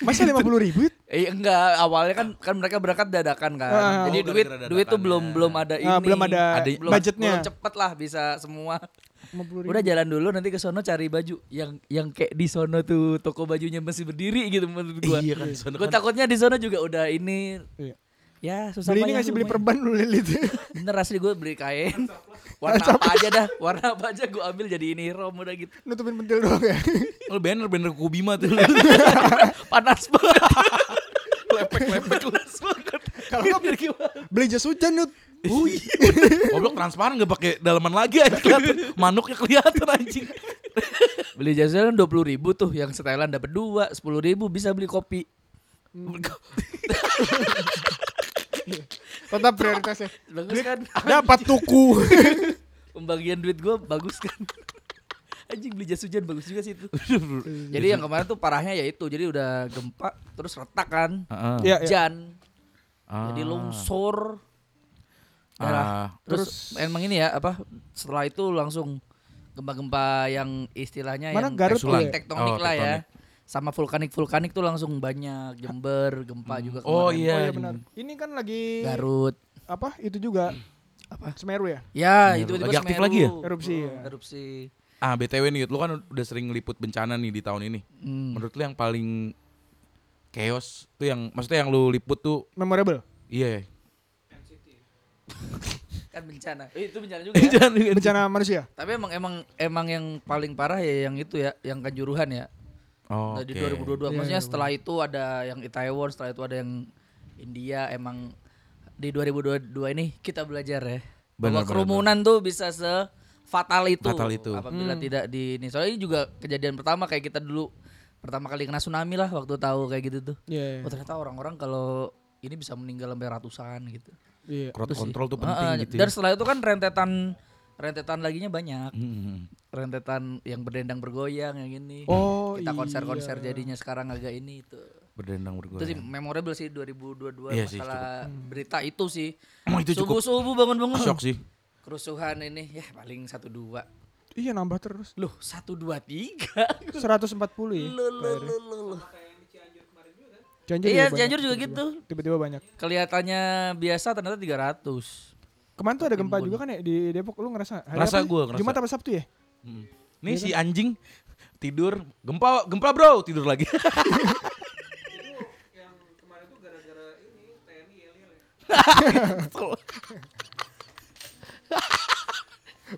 Speaker 2: Masa 50 ribu?
Speaker 4: Eh enggak, awalnya kan kan mereka berangkat dadakan kan.
Speaker 2: Ah.
Speaker 4: Jadi
Speaker 3: Oh,
Speaker 4: duit
Speaker 3: gara-gara
Speaker 4: duit tuh
Speaker 3: dadakannya.
Speaker 4: belum belum ada ini.
Speaker 2: Ah, belum ada
Speaker 4: belum,
Speaker 2: budgetnya.
Speaker 4: Belum cepet lah bisa semua.
Speaker 2: 50 ribu.
Speaker 4: Udah jalan dulu nanti ke sono cari baju yang yang kayak di sono tuh toko bajunya masih berdiri gitu menurut gua.
Speaker 3: Iya kan, di sono
Speaker 4: Gua
Speaker 3: kan.
Speaker 4: takutnya di sono juga udah ini
Speaker 2: Iya.
Speaker 4: ya susah
Speaker 2: Beli ini
Speaker 4: payah
Speaker 2: ngasih beli
Speaker 4: lumayan.
Speaker 2: perban lu lilit.
Speaker 4: Bener asli gua beli kain. Warna apa aja dah, warna apa aja gua ambil jadi ini rom udah
Speaker 2: <laughs>
Speaker 4: gitu.
Speaker 2: <laughs> Nutupin pentil doang ya.
Speaker 3: Lo Oh, banner banner Kubima tuh. <laughs>
Speaker 4: Panas banget. Lepek-lepek panas banget.
Speaker 2: Kalau nggak beli- Beli jas hujan Nut.
Speaker 3: Oh iya, bener. goblok transparan nggak pakai dalaman lagi aja kelihatan. Manuknya kelihatan anjing.
Speaker 4: Beli jasa kan 20 ribu tuh Yang setelan dapat dua 10 ribu bisa beli kopi
Speaker 2: Hmm. Tetap prioritasnya.
Speaker 4: Bagus kan
Speaker 2: Dapat tuku.
Speaker 4: <laughs>
Speaker 2: <laughs>
Speaker 4: Pembagian duit gue bagus kan <laughs> Anjing beli jas hujan bagus juga sih itu
Speaker 2: Hmm.
Speaker 4: Jadi yang kemarin tuh parahnya ya itu Jadi udah gempa Terus retak kan
Speaker 3: Heeh.
Speaker 2: Iya, iya.
Speaker 4: Hujan
Speaker 2: Ah.
Speaker 4: Jadi longsor
Speaker 3: Ah.
Speaker 4: daerah. Terus, emang ini ya apa Setelah itu langsung Gempa-gempa yang istilahnya
Speaker 2: Mana
Speaker 4: yang
Speaker 2: Garut
Speaker 4: tektonik,
Speaker 2: tuh ya?
Speaker 4: tektonik
Speaker 3: Oh,
Speaker 4: lah ya
Speaker 3: tektonik.
Speaker 4: Sama vulkanik-vulkanik tuh langsung banyak Jember, gempa juga kemarin
Speaker 2: Oh
Speaker 3: Oh
Speaker 2: iya
Speaker 3: iya.
Speaker 2: benar. Ini kan lagi
Speaker 4: Garut
Speaker 2: apa itu juga
Speaker 4: Apa?
Speaker 2: Semeru ya?
Speaker 3: Semeru.
Speaker 4: Ya, itu tiba
Speaker 3: Lagi aktif lagi ya?
Speaker 2: Erupsi, ya.
Speaker 4: Erupsi.
Speaker 3: Ah btw nih, lu kan udah sering ngeliput bencana nih di tahun ini.
Speaker 4: Hmm.
Speaker 3: Menurut lu yang paling chaos tuh yang maksudnya yang lu liput tuh
Speaker 2: Memorable.
Speaker 3: iya.
Speaker 4: Kan bencana. Eh, itu bencana juga. ya.
Speaker 3: <laughs> Jangan dengan-
Speaker 2: Bencana manusia.
Speaker 4: <laughs> Tapi emang emang emang yang paling parah ya yang itu ya, yang kanjuruhan ya.
Speaker 3: Oh,
Speaker 4: Dari
Speaker 3: oke.
Speaker 2: Iya,
Speaker 4: 2022 maksudnya setelah itu ada yang Itaewon, setelah itu ada yang India emang di 2022 ini kita belajar ya.
Speaker 3: Benar, benar,
Speaker 4: Bahwa kerumunan tuh bisa se fatal itu.
Speaker 3: Fatal itu.
Speaker 4: Apabila
Speaker 2: Hmm.
Speaker 4: tidak di ini. Soalnya ini juga kejadian pertama kayak kita dulu pertama kali kena tsunami lah waktu tahu kayak gitu tuh.
Speaker 2: Iya.
Speaker 3: Hmm.
Speaker 4: Oh ternyata orang-orang kalau ini bisa meninggal sampai ratusan gitu.
Speaker 2: Iya.
Speaker 3: Crowd
Speaker 4: Itu sih. Ah,
Speaker 3: control tuh penting
Speaker 4: Heeh,
Speaker 3: gitu. ya.
Speaker 4: Dan setelah itu kan rentetan rentetan laginya banyak.
Speaker 3: Hmm.
Speaker 4: Rentetan yang berdendang bergoyang yang ini.
Speaker 2: Oh,
Speaker 4: Kita konser-konser
Speaker 3: iya.
Speaker 4: jadinya sekarang agak ini itu.
Speaker 3: Berdendang
Speaker 4: Itu sih
Speaker 3: bergoyang.
Speaker 4: memorable sih 2022
Speaker 3: ya. Iya sih,
Speaker 4: masalah berita itu sih.
Speaker 3: Oh, itu cukup Ah.
Speaker 4: Subuh-subuh bangun-bangun.
Speaker 3: shock sih.
Speaker 4: Kerusuhan ini ya paling satu dua.
Speaker 2: Iya nambah terus.
Speaker 4: Loh, satu dua tiga.
Speaker 2: 140 ya.
Speaker 4: Loh, loh, loh, loh, loh.
Speaker 2: Cianjur
Speaker 4: Iya,
Speaker 2: banyak.
Speaker 4: Cianjur juga gitu.
Speaker 2: Tiba-tiba banyak.
Speaker 4: Kelihatannya biasa ternyata 300.
Speaker 2: Kemarin tuh ada gempa juga kan ya di Depok. Lu ngerasa? Hari
Speaker 3: Ngerasa
Speaker 2: apa sih?
Speaker 3: gua, ngerasa.
Speaker 2: Jumat apa Sabtu ya?
Speaker 3: Hmm. Nih
Speaker 2: Iya
Speaker 3: si
Speaker 2: kan?
Speaker 3: anjing tidur gempa gempa bro tidur lagi.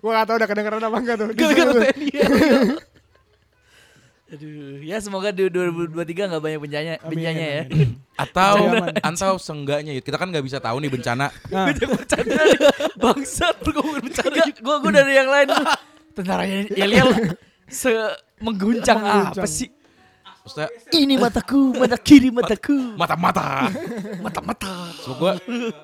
Speaker 2: Gua gak tau udah kedengeran apa enggak tuh. <laughs>
Speaker 3: Gara-gara TNI.
Speaker 4: Aduh, ya semoga di 2023 nggak banyak bencanya,
Speaker 2: Amin,
Speaker 4: bencanya ya.
Speaker 2: amin.
Speaker 3: <laughs> Atau
Speaker 2: Bencana.
Speaker 3: atau senggaknya Yud, kita kan nggak bisa tahu nih bencana.
Speaker 2: Nah,
Speaker 4: <laughs> Bercanda nih. bangsat lu ngomongin bencana. Gue gue dari yang lain. Tentara Yel- Yelial se mengguncang apa
Speaker 2: Mengguncang.
Speaker 4: sih?
Speaker 3: Maksudnya
Speaker 4: Ini mataku, mata kiri mataku.
Speaker 3: mata-mata. Mata-mata. Semoga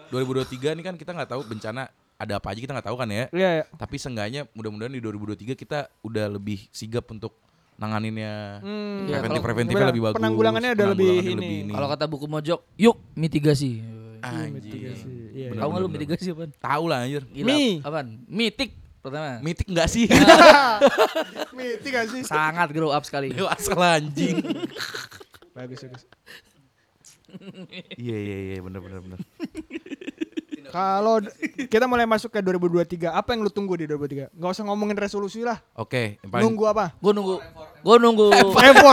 Speaker 3: 2023 ini kan kita nggak tahu bencana ada apa aja kita nggak tahu kan ya.
Speaker 2: iya, iya.
Speaker 3: Tapi seenggaknya mudah-mudahan di 2023 kita udah lebih sigap untuk nanganinnya.
Speaker 2: Hmm,
Speaker 3: preventif
Speaker 4: Iya, kalau-
Speaker 3: preventifnya
Speaker 2: benar.
Speaker 3: lebih bagus.
Speaker 2: Penanggulangannya ada lebih ini.
Speaker 4: Kalau kata buku mojok, yuk mitigasi.
Speaker 3: anjir.
Speaker 2: mitigasi. Iya, iya.
Speaker 3: Benar,
Speaker 4: Tahu nggak lu
Speaker 3: benar,
Speaker 4: mitigasi apaan?
Speaker 3: Tahu lah anjir.
Speaker 4: Gila,
Speaker 2: Mi.
Speaker 4: apaan? Mitik pertama.
Speaker 3: Mitik enggak
Speaker 2: <laughs>
Speaker 3: sih?
Speaker 2: <laughs> Miti gak sih?
Speaker 4: Sangat grow up sekali.
Speaker 3: Yo asal anjing.
Speaker 2: Bagus, bagus.
Speaker 3: Iya iya iya benar benar benar.
Speaker 2: Kalau d- kita mulai masuk ke 2023, apa yang lu tunggu di 2023? Gak usah ngomongin resolusi lah.
Speaker 3: Oke, yang paling
Speaker 2: Nunggu apa?
Speaker 4: Gue nunggu, gue <laughs> nunggu.
Speaker 2: M4.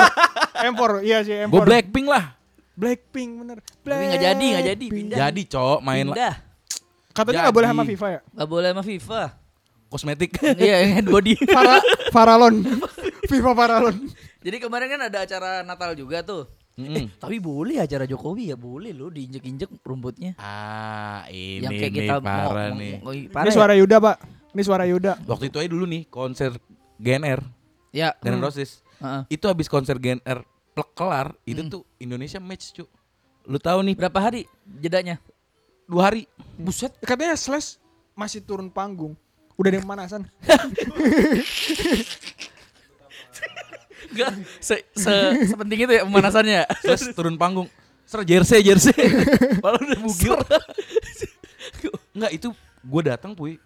Speaker 2: M4. Iya sih, M4.
Speaker 3: gue Blackpink lah.
Speaker 2: Blackpink bener.
Speaker 4: Tapi nggak jadi, nggak jadi. Pindah.
Speaker 3: Jadi cok main la-
Speaker 4: Pindah.
Speaker 2: Katanya gak boleh
Speaker 3: Jadi.
Speaker 2: sama FIFA ya?
Speaker 4: Gak boleh sama FIFA. <laughs>
Speaker 3: kosmetik.
Speaker 4: Iya, hand <laughs> body.
Speaker 2: Para Faralon. <laughs> FIFA Faralon.
Speaker 4: Jadi kemarin kan ada acara Natal juga tuh.
Speaker 3: Mm-mm.
Speaker 4: Tapi boleh acara Jokowi ya boleh lo diinjek-injek rumputnya.
Speaker 3: Ah ini
Speaker 4: Yang kayak
Speaker 3: nih
Speaker 4: kita mau-
Speaker 3: parah
Speaker 4: mau-
Speaker 3: nih.
Speaker 4: mau- mau-
Speaker 2: Ini
Speaker 4: parah ya?
Speaker 2: suara Yuda, Pak. Ini suara Yuda.
Speaker 3: Waktu itu aja dulu nih konser GNR
Speaker 4: ya.
Speaker 3: dan
Speaker 4: Ya.
Speaker 3: Roses.
Speaker 4: Heeh.
Speaker 3: Itu habis konser GNR plek kelar, itu
Speaker 4: Hmm.
Speaker 3: tuh Indonesia match cuk. Lu tahu nih
Speaker 4: Berapa hari jedanya?
Speaker 3: dua hari.
Speaker 4: Buset.
Speaker 2: Katanya Slash masih turun panggung. Udah ada pemanasan.
Speaker 4: Enggak se, se- <laughs> sepenting itu ya pemanasannya.
Speaker 3: <laughs> Terus turun panggung. Ser jersey jersey. <laughs>
Speaker 4: Walau udah bugil.
Speaker 3: Enggak itu gue datang puy.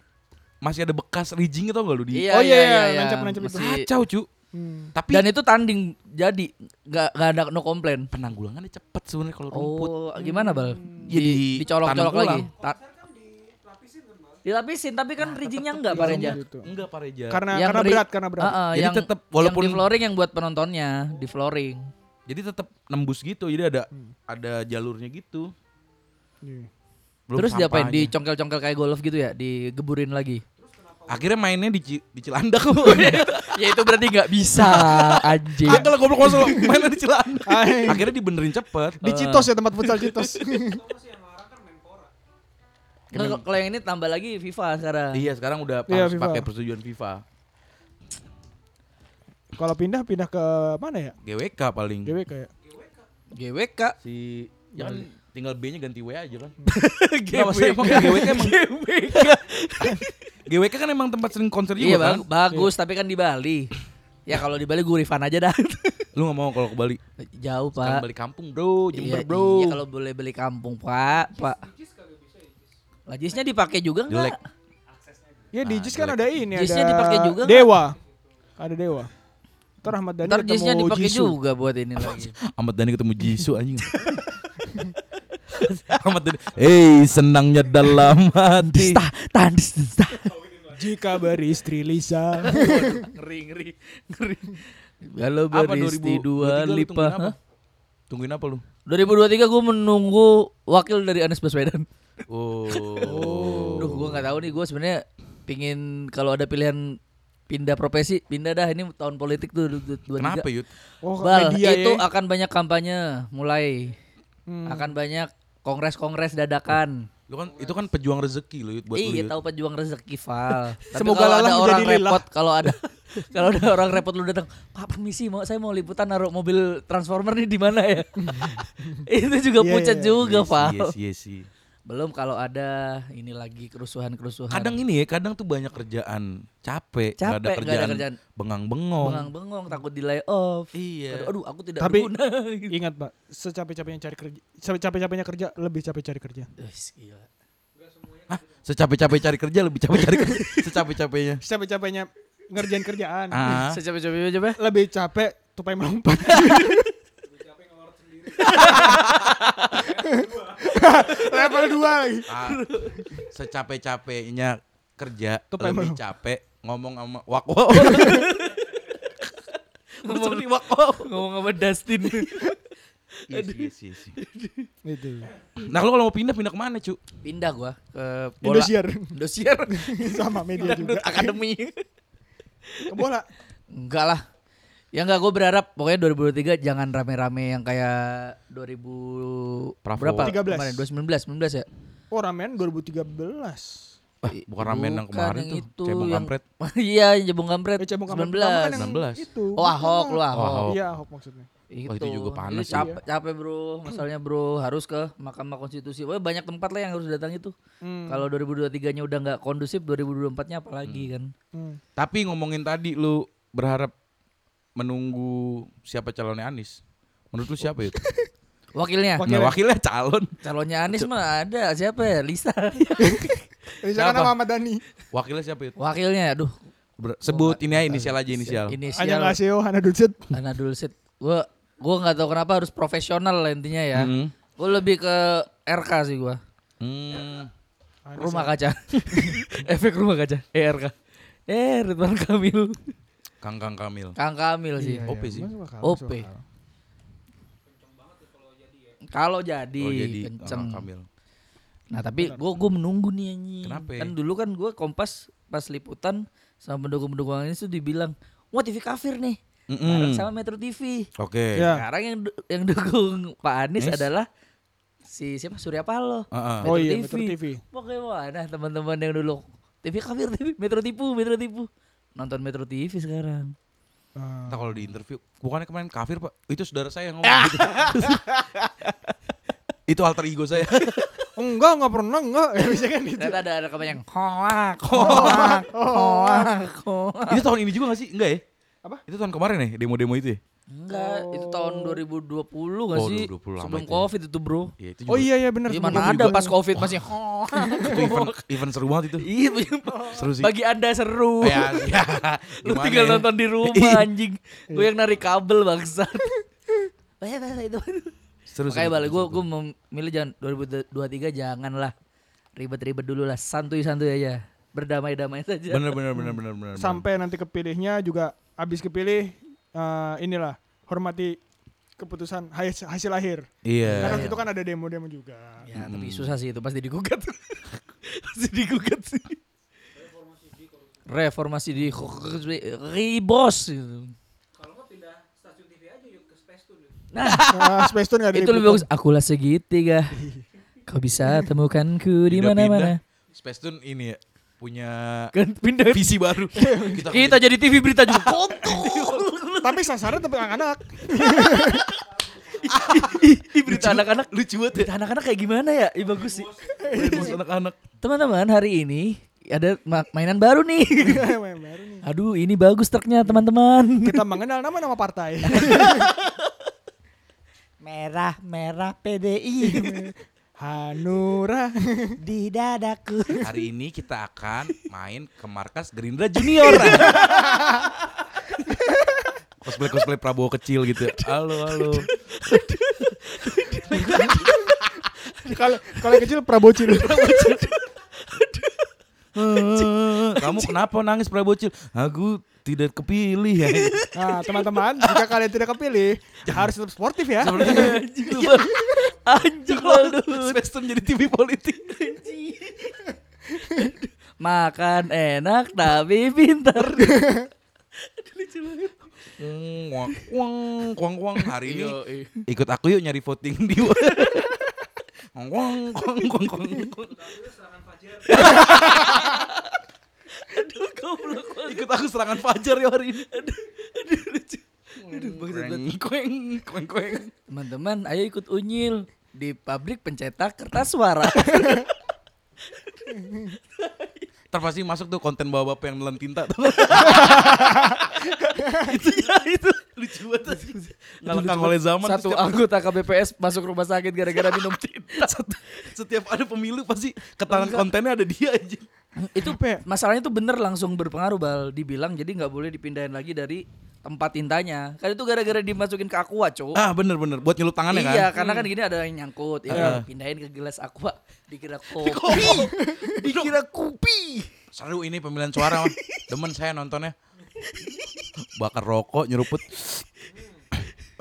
Speaker 3: Masih ada bekas rijing tau gak lu di.
Speaker 4: Iya,
Speaker 2: Oh, iya,
Speaker 4: iya,
Speaker 2: iya,
Speaker 4: iya, iya.
Speaker 2: nancap-nancap itu.
Speaker 4: Masih-
Speaker 3: Kacau cu.
Speaker 2: Hmm.
Speaker 3: Tapi
Speaker 4: Dan itu tanding jadi nggak nggak ada no komplain.
Speaker 3: penanggulangannya cepet sebenarnya kalau rumput.
Speaker 4: Oh, gimana, Bal?
Speaker 2: Hmm.
Speaker 3: Ya, di-
Speaker 4: Di, dicolok-colok
Speaker 3: tanam
Speaker 4: lagi. Ta- dilapisin tapi
Speaker 2: Nah,
Speaker 4: kan rijingnya enggak Pak Renja.
Speaker 2: Gitu.
Speaker 3: Enggak Pak Reja.
Speaker 2: Karena
Speaker 4: Yang
Speaker 2: karena
Speaker 4: ri-
Speaker 2: berat, karena berat.
Speaker 4: Heeh,
Speaker 3: Jadi
Speaker 4: yang
Speaker 3: tetep,
Speaker 4: walaupun
Speaker 3: walaupun-
Speaker 4: di flooring yang buat penontonnya, di flooring.
Speaker 3: Jadi tetap nembus gitu. Jadi ada ada jalurnya gitu.
Speaker 2: Iya.
Speaker 3: Belum
Speaker 4: Terus diapain?
Speaker 3: sampahnya.
Speaker 4: Dicongkel-congkel kayak golf gitu ya? Digeburin lagi?
Speaker 3: Akhirnya mainnya di, Ci- di
Speaker 4: <laughs>
Speaker 3: Cilandak.
Speaker 4: ya itu berarti nggak bisa anjing.
Speaker 2: <laughs>
Speaker 3: Kagak lah goblok masa lo mainnya di Cilandak.
Speaker 4: Iya.
Speaker 2: Ay.
Speaker 3: Akhirnya dibenerin cepet.
Speaker 4: Oh.
Speaker 2: Di Citos ya tempat futsal Citos. <laughs>
Speaker 4: Nggak, kalau- Kalau yang ini tambah lagi FIFA sekarang.
Speaker 3: Iya sekarang udah
Speaker 2: Iya,
Speaker 3: harus
Speaker 2: FIFA.
Speaker 3: pakai persetujuan FIFA.
Speaker 2: Kalau pindah pindah ke mana ya?
Speaker 3: GWK paling.
Speaker 2: GWK ya.
Speaker 4: GWK.
Speaker 3: Si ya kan tinggal B-nya ganti W aja kan.
Speaker 4: Nggak, maksudnya emang
Speaker 3: GWK emang
Speaker 4: GWK.
Speaker 3: GWK kan emang tempat sering konser juga
Speaker 4: Iya
Speaker 3: kan.
Speaker 4: bag- bagus tapi kan di Bali. Ya kalau di Bali gue refund aja dah. <laughs>
Speaker 3: Lu gak mau kalau ke Bali.
Speaker 4: Jauh
Speaker 3: Sekarang
Speaker 4: pak.
Speaker 3: balik kampung bro, Jember
Speaker 4: Iya,
Speaker 3: bro.
Speaker 4: Iya kalau boleh beli kampung pak. Pak. Lajisnya dipakai juga
Speaker 3: Jelek.
Speaker 4: nggak?
Speaker 2: Ya di
Speaker 4: Ah,
Speaker 3: Nah,
Speaker 2: Jis kan
Speaker 3: jelek.
Speaker 2: ada ini
Speaker 4: Jisnya
Speaker 2: ada
Speaker 4: dipakai juga nggak?
Speaker 2: Dewa. Ada Dewa. Ntar Ahmad Dhani
Speaker 4: Ntar
Speaker 2: ketemu
Speaker 4: jisnya dipakai
Speaker 2: Jisoo.
Speaker 4: juga buat ini lagi.
Speaker 3: Ahmad Dhani ketemu Jisoo anjing. <laughs> Ahmad Dhani, hey senangnya dalam hati.
Speaker 4: Tah, tahan, tah.
Speaker 2: Jika beristri
Speaker 4: <laughs>
Speaker 2: Lisa.
Speaker 4: ngeri ngeri ngeri kalau
Speaker 3: Apa
Speaker 4: beristi
Speaker 3: 2023
Speaker 4: dua
Speaker 3: lu
Speaker 4: lipa
Speaker 3: tungguin apa?
Speaker 4: Hah?
Speaker 3: Tungguin apa lu?
Speaker 4: 2023 gue menunggu wakil dari Anies Baswedan
Speaker 3: Oh.
Speaker 4: Duh gue gak tahu nih gue sebenarnya pingin kalau ada pilihan pindah profesi pindah dah ini tahun politik tuh du- du- 23
Speaker 3: Kenapa Yud?
Speaker 2: Oh,
Speaker 4: Bal,
Speaker 2: media
Speaker 4: itu
Speaker 2: ya.
Speaker 4: akan banyak kampanye mulai
Speaker 2: Hmm.
Speaker 4: akan banyak kongres-kongres dadakan
Speaker 3: Lu kan itu kan pejuang rezeki lu Yud buat lu.
Speaker 4: Iya
Speaker 3: Yud.
Speaker 4: tahu pejuang rezeki
Speaker 2: <laughs>
Speaker 4: Val. Tapi
Speaker 2: ya? Semoga
Speaker 4: kalau
Speaker 2: lalang
Speaker 4: ada
Speaker 2: menjadi
Speaker 4: orang
Speaker 2: lillah.
Speaker 4: repot kalau
Speaker 2: <laughs>
Speaker 4: ada kalau ada orang repot lu datang, Pak permisi mau saya mau liputan naruh mobil transformer nih di mana
Speaker 2: <laughs>
Speaker 4: ya? Itu juga
Speaker 2: Iya,
Speaker 4: pucat
Speaker 2: iya,
Speaker 4: juga
Speaker 3: Yes,
Speaker 4: Val.
Speaker 3: yes, yes, yes.
Speaker 4: Belum kalau ada ini lagi kerusuhan-kerusuhan.
Speaker 3: Kadang ini ya, kadang tuh banyak kerjaan capek, nggak ada
Speaker 4: Capek, nggak ada
Speaker 3: kerjaan,
Speaker 4: kerjaan.
Speaker 3: bengang-bengong.
Speaker 4: bengong-bengong takut di layoff.
Speaker 3: Iya.
Speaker 4: Aduh, aduh, aku tidak
Speaker 2: Tapi-
Speaker 4: berguna. gitu.
Speaker 2: Ingat, Pak, secapek-capeknya cari kerja, secapek-capeknya kerja lebih capek cari kerja.
Speaker 4: Eh, Wis, gila.
Speaker 3: Hah? Secapek-capek cari kerja lebih capek cari kerja. <laughs> Secapek-capeknya.
Speaker 2: Secapek-capeknya ngerjain kerjaan.
Speaker 3: Ah.
Speaker 4: Saya coba-coba coba.
Speaker 2: Lebih capek tupai
Speaker 4: <laughs>
Speaker 2: melompat. Level 2 lagi.
Speaker 3: Ah, secapek-capeknya kerja
Speaker 2: Tupai
Speaker 3: lebih
Speaker 2: melompat.
Speaker 3: capek ngomong sama wak wak
Speaker 4: Ngomong
Speaker 3: Sorry,
Speaker 4: ngomong sama Dustin.
Speaker 3: Yes, yes, yes, yes.
Speaker 2: Itu.
Speaker 3: nah lu kalau mau pindah pindah kemana cu
Speaker 4: Pindah gua ke bola.
Speaker 2: Indosiar
Speaker 4: Indosiar. <laughs>
Speaker 2: sama media juga.
Speaker 4: Akademi.
Speaker 2: Ke bola.
Speaker 4: Enggak lah. Ya enggak gue berharap pokoknya 2023 jangan rame-rame yang kayak 2000
Speaker 3: Prabowo.
Speaker 4: berapa
Speaker 2: 13.
Speaker 4: kemarin 2019 19 ya.
Speaker 2: Oh ramen 2013.
Speaker 3: Ah, bukan ramen yang kemarin
Speaker 4: yang
Speaker 3: tuh, cebong
Speaker 4: yang-
Speaker 3: kampret.
Speaker 4: <laughs> iya, yang cebong kampret.
Speaker 2: Eh, cebong kampret pertama kan
Speaker 4: 19.
Speaker 2: yang
Speaker 3: 19.
Speaker 2: Itu.
Speaker 4: Oh, Ahok lu
Speaker 3: Oh,
Speaker 4: Ahok.
Speaker 3: Ahok.
Speaker 2: Iya Ahok maksudnya.
Speaker 3: Oh, itu juga panas
Speaker 4: Itu capek, capek bro, masalahnya bro harus ke Mahkamah Konstitusi. Wah banyak tempat lah yang harus datang itu.
Speaker 2: Hmm.
Speaker 4: Kalau 2023-nya udah nggak kondusif, 2024-nya apalagi kan?
Speaker 2: Hmm.
Speaker 3: Tapi ngomongin tadi lu berharap menunggu siapa calonnya Anies. Menurut lu siapa itu?
Speaker 4: Wakilnya,
Speaker 2: Wak-
Speaker 3: Nah, wakilnya calon.
Speaker 4: calonnya Anies mah ada siapa ya?
Speaker 2: <laughs>
Speaker 4: Lisa.
Speaker 2: Misalkan
Speaker 3: Siapa?
Speaker 2: sama Ahmad Dhani.
Speaker 4: Iya,
Speaker 3: Wakilnya siapa itu?
Speaker 4: Wakilnya, aduh. Oh,
Speaker 3: Ber- sebut ini aja inisial
Speaker 4: ya.
Speaker 3: aja inisial.
Speaker 2: Anya
Speaker 4: Inisial
Speaker 2: Ngasio, Hana Dulcet.
Speaker 4: Anadul Sid. Gua gua nggak tahu kenapa harus profesional lah intinya ya.
Speaker 3: Hmm.
Speaker 4: Gua lebih ke RK sih gua.
Speaker 3: Hmm.
Speaker 4: Rumah kan
Speaker 2: <laughs>
Speaker 4: kaca. Efek rumah kaca. ERK. Eh, Ridwan Kamil.
Speaker 2: Iya.
Speaker 3: Kang Kang Kamil.
Speaker 4: Kang Kamil sih.
Speaker 3: OP sih.
Speaker 2: Masuk akal,
Speaker 4: OP.
Speaker 2: masuk akal.
Speaker 4: Kalau jadi,
Speaker 3: Oh, jadi
Speaker 4: kenceng.
Speaker 3: Kang Kamil.
Speaker 4: Nah, tapi gua gua menunggu nih anjing.
Speaker 3: Kenapa? ya?
Speaker 4: Kan dulu kan gua Kompas pas liputan sama pendukung-pendukung ini tuh dibilang, "Wah, TV kafir nih."
Speaker 3: Mm-mm.
Speaker 4: Bareng sama Metro TV.
Speaker 3: Hmm. Oke.
Speaker 2: Ya.
Speaker 4: Sekarang yang du- yang dukung Pak Anies
Speaker 3: Anies?
Speaker 4: adalah si siapa Surya Paloh.
Speaker 3: Heeh.
Speaker 2: Oh
Speaker 4: Metro
Speaker 2: iya
Speaker 4: TV.
Speaker 2: Metro TV.
Speaker 4: Bagaimana teman-teman yang dulu TV kafir TV Metro tipu Metro tipu nonton Metro TV sekarang.
Speaker 2: Ah.
Speaker 4: Nah.
Speaker 3: Entah kalau di interview, bukannya kemarin kafir pak? Itu saudara saya yang ngomong <laughs> gitu. itu alter ego saya.
Speaker 2: Enggak, enggak pernah, enggak. <laughs> Ya, bisa kan gitu.
Speaker 4: Ternyata ada rekaman yang hoak
Speaker 3: <laughs>
Speaker 4: hoak hoak hoak.
Speaker 3: itu tahun ini juga gak sih? Enggak ya?
Speaker 2: Apa?
Speaker 3: Itu tahun kemarin ya demo-demo itu ya?
Speaker 4: Enggak, itu tahun 2020 gak
Speaker 3: Oh, 2020
Speaker 4: sih?
Speaker 3: lama
Speaker 4: Sebelum
Speaker 3: itu ya.
Speaker 4: Covid itu, Bro.
Speaker 3: Iya itu juga.
Speaker 2: Oh iya iya benar.
Speaker 4: Iya, mana ada pas Covid masih hoak.
Speaker 3: Itu event, event seru banget itu.
Speaker 4: <laughs> Iya, <laughs>
Speaker 3: Seru sih.
Speaker 4: bagi Anda seru.
Speaker 3: Ya, <laughs> ya.
Speaker 4: <laughs> Lu
Speaker 3: Gimana
Speaker 4: tinggal
Speaker 3: ya?
Speaker 4: nonton di rumah anjing. Gue yang narik kabel bangsat. <laughs> Banyak banget itu.
Speaker 3: Seru
Speaker 4: iya, Makanya
Speaker 3: seru,
Speaker 4: balik
Speaker 3: seru,
Speaker 4: gue
Speaker 3: seru.
Speaker 4: gue memilih jangan 2023 janganlah ribet-ribet dulu lah santuy-santuy aja berdamai-damai saja.
Speaker 3: Bener bener bener bener bener.
Speaker 2: Sampai nanti kepilihnya juga habis kepilih eh, inilah hormati keputusan hais- hasil akhir. Karena
Speaker 3: Iya.
Speaker 2: itu kan ada demo-demo juga.
Speaker 4: Ya tapi susah sih itu pasti digugat. <laughs> pasti digugat sih. Reformasi di ribos gitu.
Speaker 2: Nah, Space Tune nggak ada
Speaker 4: Itu lebih
Speaker 2: liputan.
Speaker 4: bagus. Akulah segitiga. Kau bisa temukanku di
Speaker 3: Pindah-pindah.
Speaker 4: mana-mana.
Speaker 3: Space Tune ini ya punya
Speaker 4: Kan pindah.
Speaker 3: visi baru. <laughs> kita
Speaker 4: Kita jadi TV berita juga. Kontol.
Speaker 2: Tapi sasaran tapi anak-anak.
Speaker 4: Ih, berita anak-anak lucu banget.
Speaker 3: <laughs>
Speaker 4: Berita anak-anak kayak gimana ya? Ih bagus sih.
Speaker 3: Brainwash anak-anak.
Speaker 4: Teman-teman, hari ini ada ma- mainan baru nih. <laughs>
Speaker 2: Baru nih.
Speaker 4: Aduh, ini bagus truknya, teman-teman.
Speaker 2: Kita mengenal nama-nama partai.
Speaker 4: Merah, merah <laughs> PDI
Speaker 2: Hanura.
Speaker 4: di dadaku.
Speaker 3: Hari ini kita akan main ke markas Gerindra
Speaker 4: <laughs>
Speaker 3: Junior. cosplay cosplay Prabowo kecil gitu. Halo halo.
Speaker 2: Kalau kalau yang kecil Prabowo Cil.
Speaker 3: Ah, Kamu kenapa nangis Prabowo kecil? Aku tidak kepilih ya.
Speaker 2: Nah, teman-teman, jika kalian tidak kepilih, harus tetap sportif ya.
Speaker 4: Iya. Anjing banget.
Speaker 3: Space Tune jadi TV politik.
Speaker 4: Makan enak tapi <laughs> pintar.
Speaker 3: Hmm, Wang wang wang hari ini ikut aku yuk nyari voting di <laughs> Wang wang wang wang wang.
Speaker 4: Aduh, <laughs> goblok banget.
Speaker 3: Ikut aku serangan fajar ya hari ini.
Speaker 4: Aduh, lucu. Aduh, bangsat banget.
Speaker 3: Kueng kueng kueng.
Speaker 4: Teman-teman, ayo ikut unyil di pabrik pencetak kertas <laughs> suara.
Speaker 3: Ntar pasti masuk tuh konten bapak-bapak yang nelan tinta <laughs>
Speaker 4: itu ya, itu lucu banget. sih.
Speaker 3: Ngelengkang oleh zaman
Speaker 4: Satu
Speaker 3: setiap,
Speaker 4: anggota KBPS masuk rumah sakit gara-gara <laughs> minum tinta.
Speaker 3: setiap ada pemilu pasti ketangan kontennya ada dia aja
Speaker 4: itu
Speaker 2: Apa ya?
Speaker 4: masalahnya tuh bener langsung berpengaruh bal dibilang jadi nggak boleh dipindahin lagi dari tempat tintanya kan itu gara-gara dimasukin ke aqua cowok
Speaker 3: Ah bener-bener buat nyelup tangannya
Speaker 4: iya
Speaker 3: kan
Speaker 4: karena kan gini ada yang nyangkut ya
Speaker 3: Heeh.
Speaker 4: pindahin ke gelas aqua dikira
Speaker 3: <laughs>
Speaker 4: kopi dikira kopi
Speaker 3: Seru ini pemilihan suara mah. Demen saya nontonnya Bakar rokok nyeruput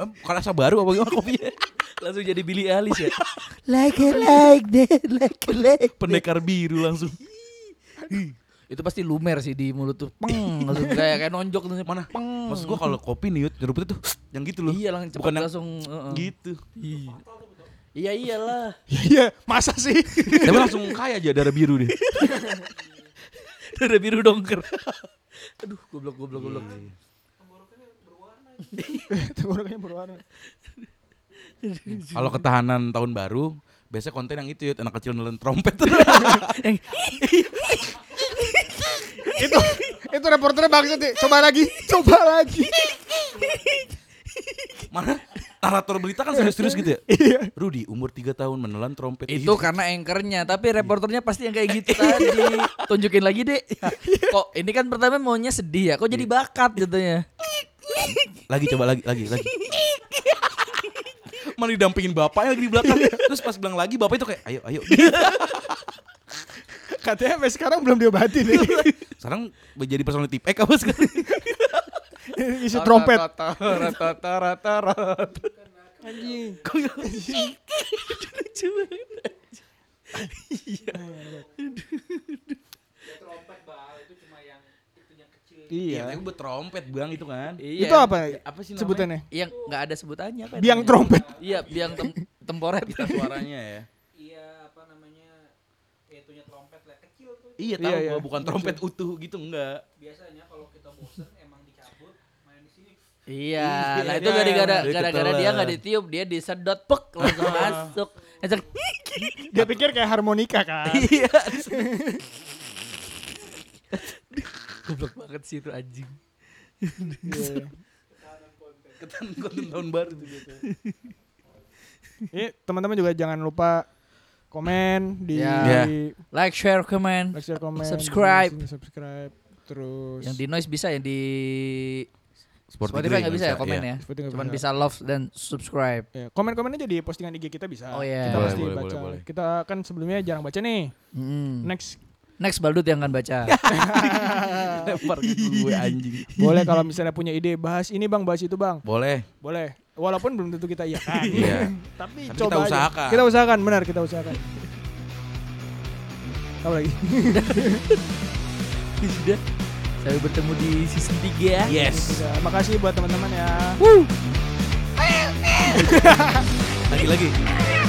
Speaker 3: Em, Bukan rasa baru apa gimana kopinya
Speaker 4: langsung jadi Billy Alice ya like it like that like it like
Speaker 3: Pendekar biru langsung
Speaker 4: <laughs> Itu pasti lumer sih di mulut tuh. Peng, <laughs> langsung kayak kayak nonjok tuh
Speaker 3: Mana?
Speaker 4: Peng.
Speaker 3: Maksud gua kalau kopi nih Yud, nyerupetnya tuh yang gitu loh.
Speaker 4: Iya langsung
Speaker 3: Bukan
Speaker 4: cepet
Speaker 3: yang
Speaker 4: langsung. eh. heeh.
Speaker 3: gitu.
Speaker 4: Iya <laughs> iyalah.
Speaker 2: <laughs> Iya, masa sih?
Speaker 3: Tapi langsung kaya aja darah biru
Speaker 4: <laughs>
Speaker 3: deh.
Speaker 4: Ada biru dongker. <laughs> Aduh, goblok goblok goblok.
Speaker 2: Tenggorokannya berwarna.
Speaker 3: Kalau ketahanan tahun baru, biasanya konten yang itu Yud, anak kecil nelen
Speaker 4: <laughs>
Speaker 3: trompet.
Speaker 4: Yang-
Speaker 2: itu itu reporternya bangsa deh. Coba lagi, coba lagi.
Speaker 3: Mana? Narator berita kan serius-serius gitu ya.
Speaker 2: Iya.
Speaker 3: Rudy umur 3 tahun menelan trompet.
Speaker 4: Eh, Itu karena anchornya, tapi reporternya pasti yang kayak <laughs> gitu tadi. Tunjukin lagi deh. Kok ini kan pertama maunya sedih ya, kok jadi bakat jatuhnya.
Speaker 3: lagi coba lagi lagi lagi. Mana didampingin bapaknya lagi di belakang. Terus pas bilang lagi bapak itu kayak ayo ayo.
Speaker 2: Katanya sampai sekarang belum diobati nih. <laughs>
Speaker 3: Sekarang jadi personality pack apa sekarang?
Speaker 2: Isi
Speaker 3: Iya.
Speaker 2: trompet.
Speaker 4: Rata rata rata.
Speaker 2: Anjing.
Speaker 4: Lucu banget.
Speaker 3: Iya, tapi buat trompet bang itu kan.
Speaker 4: Iya.
Speaker 2: Itu apa? ya
Speaker 3: Apa sih namanya?
Speaker 2: Sebutannya?
Speaker 4: Yang nggak ada sebutannya apa?
Speaker 2: Biang
Speaker 4: namanya? <laughs>
Speaker 2: trompet.
Speaker 4: Iya, biang tem temporet.
Speaker 3: Kita suaranya ya. Iya apa namanya? Itunya trompet lah kecil tuh. Iya tahu
Speaker 2: Iya, iya.
Speaker 3: gua bukan trompet utuh gitu enggak.
Speaker 4: Iya, nah
Speaker 3: Iya,
Speaker 4: itu gara-gara
Speaker 3: dia
Speaker 4: gara-gara dia
Speaker 3: ketelan.
Speaker 4: nggak ditiup, dia disedot pek langsung <laughs> masuk. Langsung,
Speaker 2: Dia pikir kayak harmonika kan.
Speaker 4: Iya. Goblok banget sih itu anjing.
Speaker 2: Iya.
Speaker 3: Ketan konten tahun baru tuh gitu.
Speaker 2: Ini Iya. teman-teman juga jangan lupa komen di
Speaker 4: Ya. Like, share, comment.
Speaker 2: like, share, komen,
Speaker 4: Subscribe.
Speaker 2: di- subscribe terus
Speaker 4: Yang di noise bisa yang di
Speaker 3: Grey
Speaker 4: Spotify nggak bisa ya komen
Speaker 3: Iya.
Speaker 4: ya.
Speaker 2: Spotify nggak
Speaker 4: Cuman
Speaker 2: bisa.
Speaker 4: bisa love dan subscribe.
Speaker 2: Ya, komen-komen aja di postingan IG kita bisa.
Speaker 4: Oh, iya.
Speaker 2: Kita
Speaker 4: Boleh,
Speaker 2: pasti
Speaker 3: boleh,
Speaker 2: baca.
Speaker 3: boleh, boleh.
Speaker 2: Kita kan sebelumnya jarang baca nih.
Speaker 4: Mm.
Speaker 2: Next
Speaker 4: Next Baldut yang akan baca. <laughs>
Speaker 3: Lempar ke
Speaker 4: ya? gitu.
Speaker 3: gue anjing.
Speaker 2: boleh
Speaker 4: <laughs>
Speaker 2: kalau misalnya punya ide bahas ini bang bahas itu bang
Speaker 3: Boleh.
Speaker 2: boleh walaupun belum tentu kita iya kan
Speaker 3: Iya.
Speaker 2: <laughs> tapi,
Speaker 3: Tapi
Speaker 2: coba
Speaker 3: kita
Speaker 2: aja.
Speaker 3: usahakan.
Speaker 2: kita usahakan benar kita usahakan tahu lagi
Speaker 4: Sudah. Sampai bertemu di season
Speaker 2: <laughs>
Speaker 4: 3.
Speaker 3: Yes.
Speaker 2: Udah, makasih buat teman-teman ya
Speaker 3: Lagi lagi.